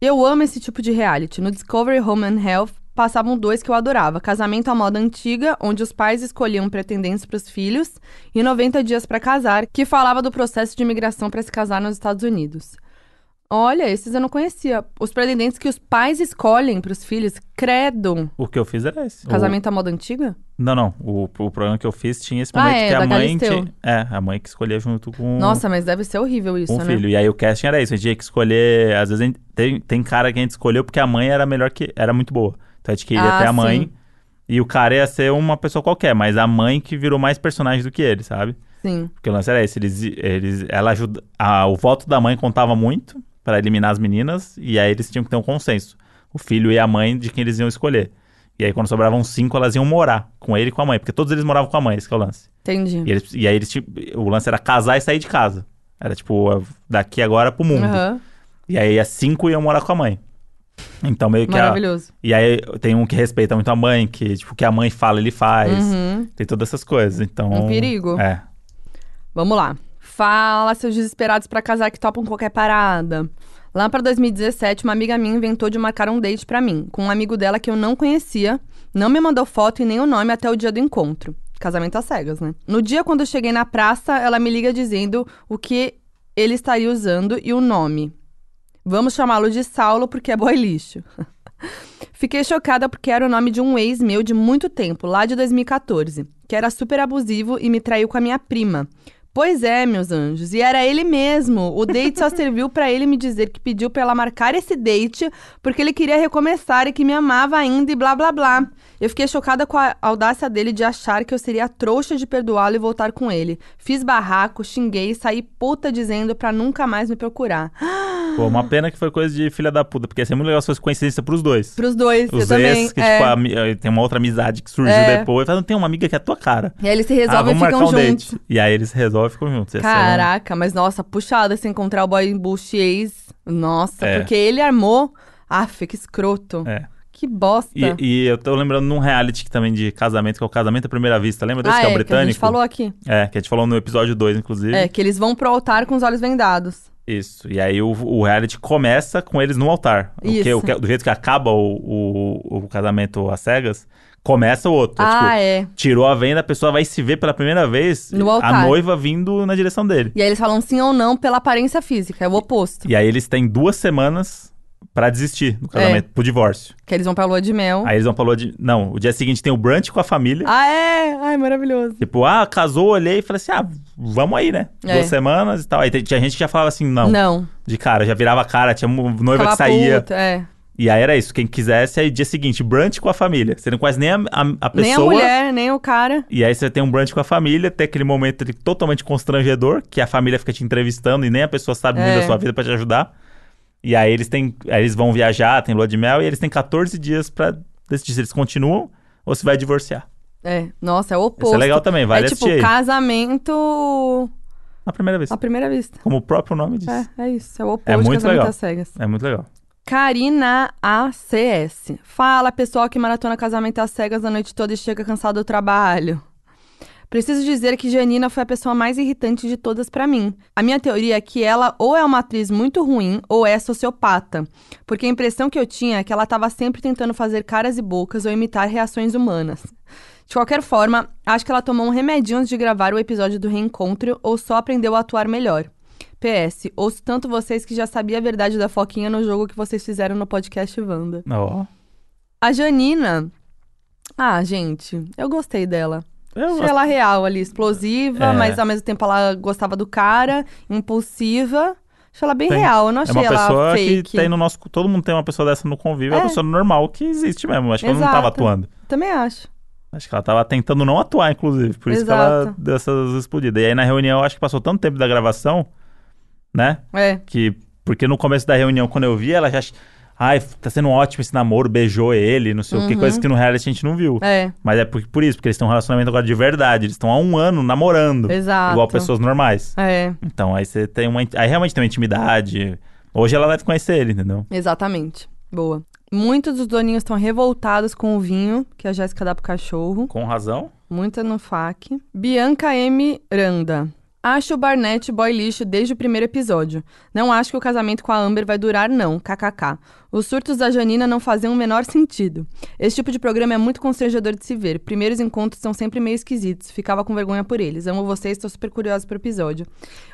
B: Eu amo esse tipo de reality. No Discovery Home and Health passavam dois que eu adorava: Casamento à Moda Antiga, onde os pais escolhiam pretendentes para os filhos, e 90 Dias para Casar, que falava do processo de imigração para se casar nos Estados Unidos. Olha, esses eu não conhecia. Os pretendentes que os pais escolhem pros filhos, credo.
A: O que eu fiz era esse. O-
B: Casamento à moda antiga?
A: Não, não. O, o programa que eu fiz tinha esse
B: Ah,
A: momento
B: é,
A: que a
B: da
A: mãe.
B: Galisteu.
A: tinha- é, a mãe que escolhia junto com.
B: Nossa, mas deve ser horrível isso,
A: com o
B: né?
A: Um. filho. E aí o casting era isso, a gente tinha que escolher. Às vezes a gente- tem, tem cara que a gente escolheu porque a mãe era melhor que. Era muito boa. Então a gente queria
B: Ah,
A: ter a mãe.
B: sim.
A: E o cara ia ser uma pessoa qualquer, mas a mãe que virou mais personagem do que ele, sabe?
B: Sim.
A: Porque o lance era esse, eles, eles, ela ajuda, a- o voto da mãe contava muito pra eliminar as meninas, e aí eles tinham que ter um consenso. O filho e a mãe de quem eles iam escolher. E aí quando sobravam cinco, elas iam morar com ele e com a mãe, porque todos eles moravam com a mãe, esse que é o lance.
B: Entendi.
A: E, eles- e aí eles, tipo, o lance era casar e sair de casa. Era tipo, a- daqui agora pro mundo.
B: Aham.
A: E aí as cinco iam morar com a mãe. Então meio que a,
B: Maravilhoso.
A: E aí tem um que respeita muito a mãe, que tipo, o que a mãe fala, ele faz.
B: Uhum.
A: Tem todas essas coisas, então...
B: Um perigo.
A: É.
B: Vamos lá. Fala, seus desesperados pra casar que topam qualquer parada. Lá pra 2017, uma amiga minha inventou de marcar um date pra mim, com um amigo dela que eu não conhecia, não me mandou foto e nem o nome até o dia do encontro. Casamento às cegas, né? No dia quando eu cheguei na praça, ela me liga dizendo o que ele estaria usando e o nome. Vamos chamá-lo de Saulo porque é boy lixo. Fiquei chocada porque era o nome de um ex meu de muito tempo, lá de 2014, que era super abusivo e me traiu com a minha prima. Pois é, meus anjos, e era ele mesmo. O date só serviu pra ele me dizer que pediu pra ela marcar esse date porque ele queria recomeçar e que me amava ainda e blá blá blá. Eu fiquei chocada com a audácia dele de achar que eu seria a trouxa de perdoá-lo e voltar com ele. Fiz barraco, xinguei, saí puta dizendo pra nunca mais me procurar.
A: Pô, uma pena que foi coisa de filha da puta, porque ia ser muito legal se fosse coincidência pros dois.
B: Pros dois, eu
A: Os
B: também.
A: ex, que
B: é.
A: tipo, a ami- eh, tem uma outra amizade que surgiu
B: É.
A: depois. Fala, não tem uma amiga que é a tua cara.
B: E aí eles se
A: ah,
B: resolvem
A: vamos
B: e
A: marcar
B: ficam
A: um
B: juntos.
A: date. E aí eles resolvem e ficam juntos. Ia ser um-
B: Caraca, mas nossa, puxada se encontrar o boy bush ex. Nossa,
A: É.
B: porque ele armou. Aff, que escroto.
A: É.
B: Que bosta.
A: E, e eu tô lembrando num reality que também de casamento, que é o Casamento à Primeira Vista. Lembra desse
B: ah,
A: que é o
B: é, que a
A: britânico?
B: gente falou aqui.
A: É, que a gente falou no episódio 2, inclusive.
B: É, que eles vão pro altar com os olhos vendados.
A: Isso. E aí o, o reality começa com eles no altar. O que-
B: Isso.
A: o que- do jeito que acaba o, o, o casamento às cegas, começa o outro.
B: ah,
A: tipo,
B: é.
A: tirou a venda, a pessoa vai se ver pela primeira vez,
B: No
A: a
B: altar.
A: noiva vindo na direção dele.
B: E aí eles falam sim ou não pela aparência física, é o oposto.
A: E aí eles têm duas semanas pra desistir do casamento,
B: É.
A: pro divórcio.
B: Que eles vão pra lua de mel.
A: Aí eles vão pra lua de... Não, o dia seguinte tem o brunch com a família.
B: Oh. Ah, é? Ai, maravilhoso.
A: Tipo, ah, casou, olhei e falei assim, ah, vamos aí, né?
B: É.
A: Duas semanas e tal. Aí tem- tinha gente que já falava assim, não,
B: Não.
A: de cara, já virava a cara, tinha mo- noiva
B: Ficava
A: que saía.
B: puta, é.
A: E aí era isso, quem quisesse, aí dia seguinte, brunch com a família. Você não conhece nem a, a- a pessoa.
B: Nem a mulher, nem o cara.
A: E aí você tem um brunch com a família, tem aquele momento ali totalmente constrangedor, que a família fica te entrevistando e nem a pessoa sabe muito
B: É.
A: da sua vida pra te ajudar. E aí eles têm. Aí eles vão viajar, tem lua de mel, e eles têm 14 dias pra decidir se eles continuam ou se vai divorciar.
B: É. Nossa, é o oposto.
A: Isso é legal também, vale
B: é tipo
A: assistir aí.
B: casamento
A: Na primeira vez.
B: à primeira vista.
A: Como o próprio nome diz. É.
B: É, é isso, é o oposto
A: É
B: de
A: muito
B: casamento
A: legal.
B: às cegas.
A: muito legal.
B: Karina ACS. Fala, pessoal que maratona casamento às cegas a noite toda e chega cansado do trabalho. Preciso dizer que Janina foi a pessoa mais irritante de todas pra mim. A minha teoria é que ela ou é uma atriz muito ruim ou é sociopata, porque a impressão que eu tinha é que ela tava sempre tentando fazer caras e bocas ou imitar reações humanas. De qualquer forma, acho que ela tomou um remedinho antes de gravar o episódio do reencontro ou só aprendeu a atuar melhor. PS, ouço tanto vocês que já sabia a verdade da Foquinha no jogo que vocês fizeram no podcast Wanda.
A: Ó.
B: A Janina. Ah, gente, eu gostei dela.
A: Eu
B: Achei ela real ali, explosiva,
A: É.
B: mas ao mesmo tempo ela gostava do cara, impulsiva. Achei ela bem
A: Tem-
B: real, eu não
A: É
B: achei
A: uma
B: ela
A: pessoa
B: fake.
A: que tem no nosso. Todo mundo tem uma pessoa dessa no convívio, é,
B: É.
A: uma pessoa normal que existe mesmo. Acho que ela não
B: Exato.
A: tava atuando.
B: Também acho.
A: Acho que ela tava tentando não atuar, inclusive. Por isso que ela
B: Exato.
A: deu essas explodidas. E aí na reunião, eu acho que passou tanto tempo da gravação, né?
B: É.
A: Que. Porque no começo da reunião, quando eu vi, ela já. ach- Ai, tá sendo ótimo esse namoro, beijou ele, não sei o que, coisas
B: Uhum.
A: que no reality a gente não viu.
B: É,
A: Mas é por, por isso, porque eles têm um relacionamento agora de verdade. Eles estão há um ano namorando.
B: exato.
A: Igual pessoas normais.
B: É,
A: Então aí você tem uma. Aí realmente tem uma intimidade. Hoje ela deve conhecer ele, entendeu?
B: exatamente. Boa. Muitos dos doninhos estão revoltados com o vinho que a Jéssica dá pro cachorro.
A: Com razão.
B: Muita no FAC. Bianca M. Randa. Acho o Barnett boy lixo desde o primeiro episódio. Não acho que o casamento com a Amber vai durar, não. KKK. Os surtos da Janina não faziam o menor sentido. Esse tipo de programa é muito constrangedor de se ver. Primeiros encontros são sempre meio esquisitos. Ficava com vergonha por eles. Amo vocês, estou super curiosa pro episódio.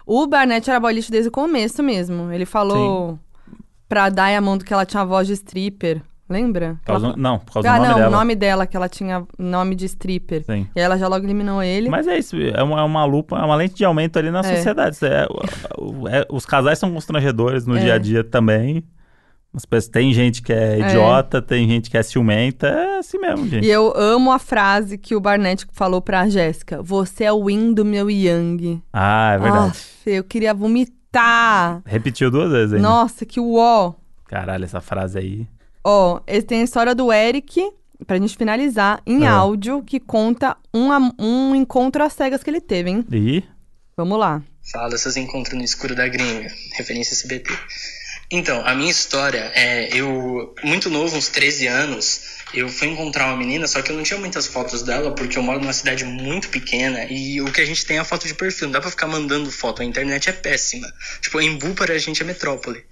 B: O Barnett era boy lixo desde o começo mesmo. Ele falou. pra Diamond que ela tinha a voz de stripper. Lembra?
A: Por causa-
B: Ela-
A: não, por causa do
B: ah,
A: nome
B: não,
A: dela.
B: o nome dela, que ela tinha nome de stripper.
A: Sim.
B: E aí ela já logo eliminou ele.
A: Mas é isso, é uma, é uma lupa, é uma lente de aumento ali na
B: É.
A: sociedade. É, o- o- é, os casais são constrangedores no
B: É.
A: dia a dia também. As pessoas, tem gente que é idiota, tem gente que é ciumenta, é assim mesmo, gente.
B: E eu amo a frase que o Barnett falou pra Jéssica: Você é o Yin do meu Yang.
A: Ah, é verdade.
B: Aff, eu queria vomitar.
A: Repetiu duas vezes ainda.
B: Nossa, que uó.
A: Caralho, essa frase aí.
B: Ó, esse tem a história do Eric, pra gente finalizar, em
A: É.
B: áudio, que conta um, am- um encontro às cegas que ele teve, hein?
A: E
B: Vamos lá.
D: Fala seus encontros no escuro da gringa, referência SBT. Então, a minha história é, eu, muito novo, uns 13 anos, eu fui encontrar uma menina, só que eu não tinha muitas fotos dela, porque eu moro numa cidade muito pequena, e o que a gente tem é a foto de perfil, não dá pra ficar mandando foto, a internet é péssima. Tipo, Embu para a gente é metrópole.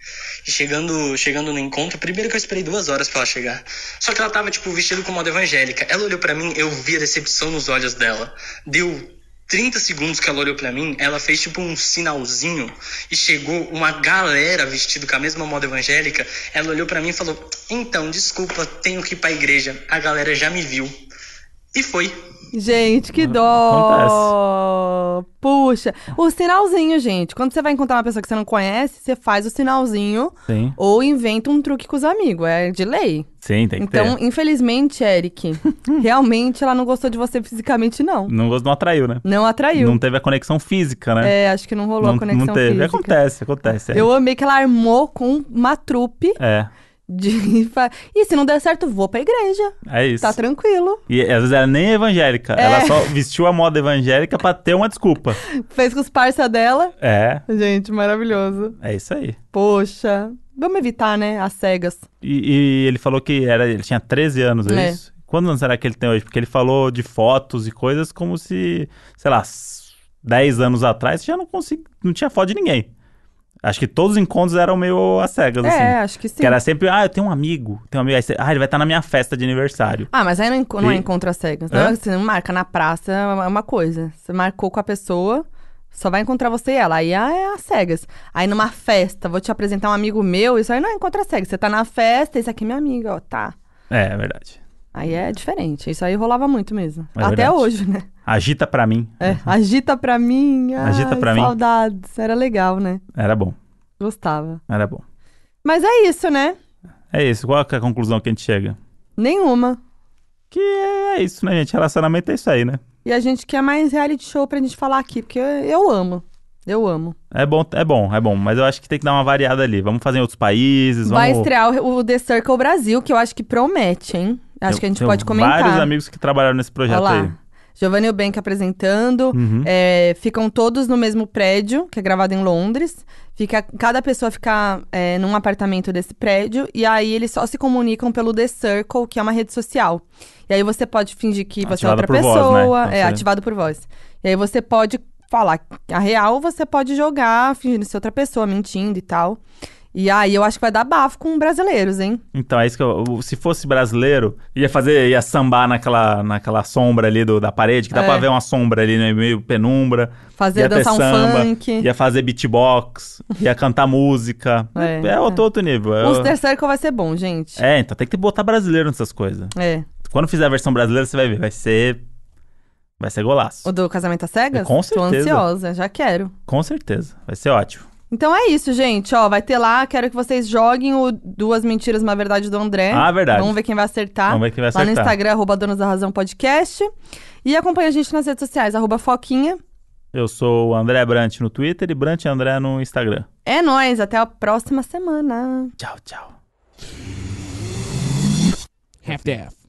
D: E chegando, chegando no encontro, primeiro que eu esperei duas horas pra ela chegar. Só que ela tava, tipo, vestida como moda evangélica. Ela olhou pra mim, eu vi a decepção nos olhos dela. Deu 30 segundos que ela olhou pra mim, ela fez tipo um sinalzinho e chegou uma galera vestido com a mesma moda evangélica. Ela olhou pra mim e falou: "Então, desculpa, tenho que ir pra igreja. A galera já me viu." E foi.
B: Gente, que dó! Puxa, o sinalzinho, gente. Quando você vai encontrar uma pessoa que você não conhece, você faz o sinalzinho
A: sim,
B: ou inventa um truque com os amigos. É de lei.
A: sim, tem que
B: Então,
A: ter.
B: infelizmente, Eric, realmente ela não gostou de você fisicamente, não.
A: Não, não atraiu, né?
B: Não atraiu.
A: Não teve a conexão física, né?
B: É, acho que não rolou
A: não,
B: a conexão
A: não teve.
B: física.
A: Acontece, acontece. é.
B: Eu amei que ela armou com uma trupe
A: É,
B: de. fa- E se não der certo, vou pra igreja.
A: é isso.
B: Tá tranquilo.
A: E às vezes ela nem é evangélica. Ela só vestiu a moda evangélica pra ter uma desculpa.
B: Fez com os parça dela.
A: É,
B: Gente, maravilhoso.
A: é isso aí.
B: Poxa. Vamos evitar, né? As cegas.
A: E, e ele falou que era, ele tinha 13 anos, é,
B: É.
A: isso? Quantos anos será que ele tem hoje? Porque ele falou de fotos e coisas como se, sei lá, s- 10 anos atrás já não consegui, não tinha foto de ninguém. Acho que todos os encontros eram meio às cegas, assim.
B: É, acho que sim.
A: Que era sempre, ah, eu tenho um amigo, tenho um amigo. Aí você, ah, ele vai estar na minha festa de aniversário.
B: Ah, mas aí não, enco- não é
A: E-
B: encontro às cegas. Assim,
A: Hã?
B: Não, você não marca na praça, é uma coisa. Você marcou com a pessoa, só vai encontrar você e ela. Aí ah, é às cegas. Aí numa festa, vou te apresentar um amigo meu, isso aí não é encontro às cegas. Você tá na festa, esse aqui é meu amigo, ó, tá.
A: É, é verdade.
B: Aí é diferente. Isso aí rolava muito mesmo.
A: É
B: Até
A: verdade.
B: hoje, né?
A: Agita pra mim.
B: É, agita pra mim. Ai,
A: Agita pra mim.
B: Saudades. Era legal, né?
A: Era bom,
B: Gostava.
A: era bom.
B: Mas é isso, né?
A: É isso, qual que é a conclusão que a gente chega?
B: Nenhuma.
A: Que é isso, né, gente? Relacionamento é isso aí, né?
B: E a gente quer mais reality show pra gente falar aqui, porque eu, eu amo. Eu amo.
A: É bom, é bom, é bom. Mas eu acho que tem que dar uma variada ali. Vamos fazer em outros países,
B: Vai
A: vamos...
B: estrear o, o The Circle Brasil, que eu acho que promete, hein? Acho
A: Eu
B: que a gente
A: tenho
B: pode comentar.
A: Vários amigos que trabalharam nesse
B: Olha
A: projeto aí.
B: lá. Giovanni Eubank apresentando.
A: Uhum.
B: É, ficam todos no mesmo prédio, que é gravado em Londres. Fica, cada pessoa fica é, num apartamento desse prédio. E aí eles só se comunicam pelo The Circle, que é uma rede social. E aí você pode fingir que você é
A: Ativada
B: outra
A: por voz,
B: pessoa.
A: né? Então
B: é,
A: você-
B: ativado por voz. E aí você pode falar a real, você pode jogar fingindo ser outra pessoa, mentindo e tal. E aí eu acho que vai dar bafo com brasileiros, hein?
A: Então, é isso que eu, o- Se fosse brasileiro, ia fazer, ia sambar naquela, naquela sombra ali do- da parede, que dá
B: É.
A: pra ver uma sombra ali no meio penumbra.
B: Fazer
A: Ia ter
B: dançar um
A: é samba,
B: funk.
A: Ia fazer beatbox, ia cantar música.
B: É,
A: É, outro, outro nível.
B: O
A: Eu-
B: The Circle vai ser bom, gente.
A: É, então tem que botar brasileiro nessas coisas.
B: É.
A: Quando fizer a versão brasileira, você vai ver. Vai ser. Vai ser golaço.
B: O do Casamento às Cegas?
A: Com
B: Tô
A: certeza.
B: ansiosa, já quero.
A: Com certeza. Vai ser ótimo.
B: Então é isso, gente. Ó, vai ter lá. Quero que vocês joguem o Duas Mentiras, Uma Verdade do André.
A: Ah, verdade.
B: Vamos ver quem vai acertar.
A: Vamos ver quem vai
B: Lá no
A: acertar.
B: Instagram, arroba Donos da Razão Podcast. E acompanha a gente nas redes sociais, arroba Foquinha.
A: Eu sou o André Brant no Twitter e Brant André no Instagram.
B: É nóis, até a próxima semana.
A: Tchau, tchau.
E: half-daff.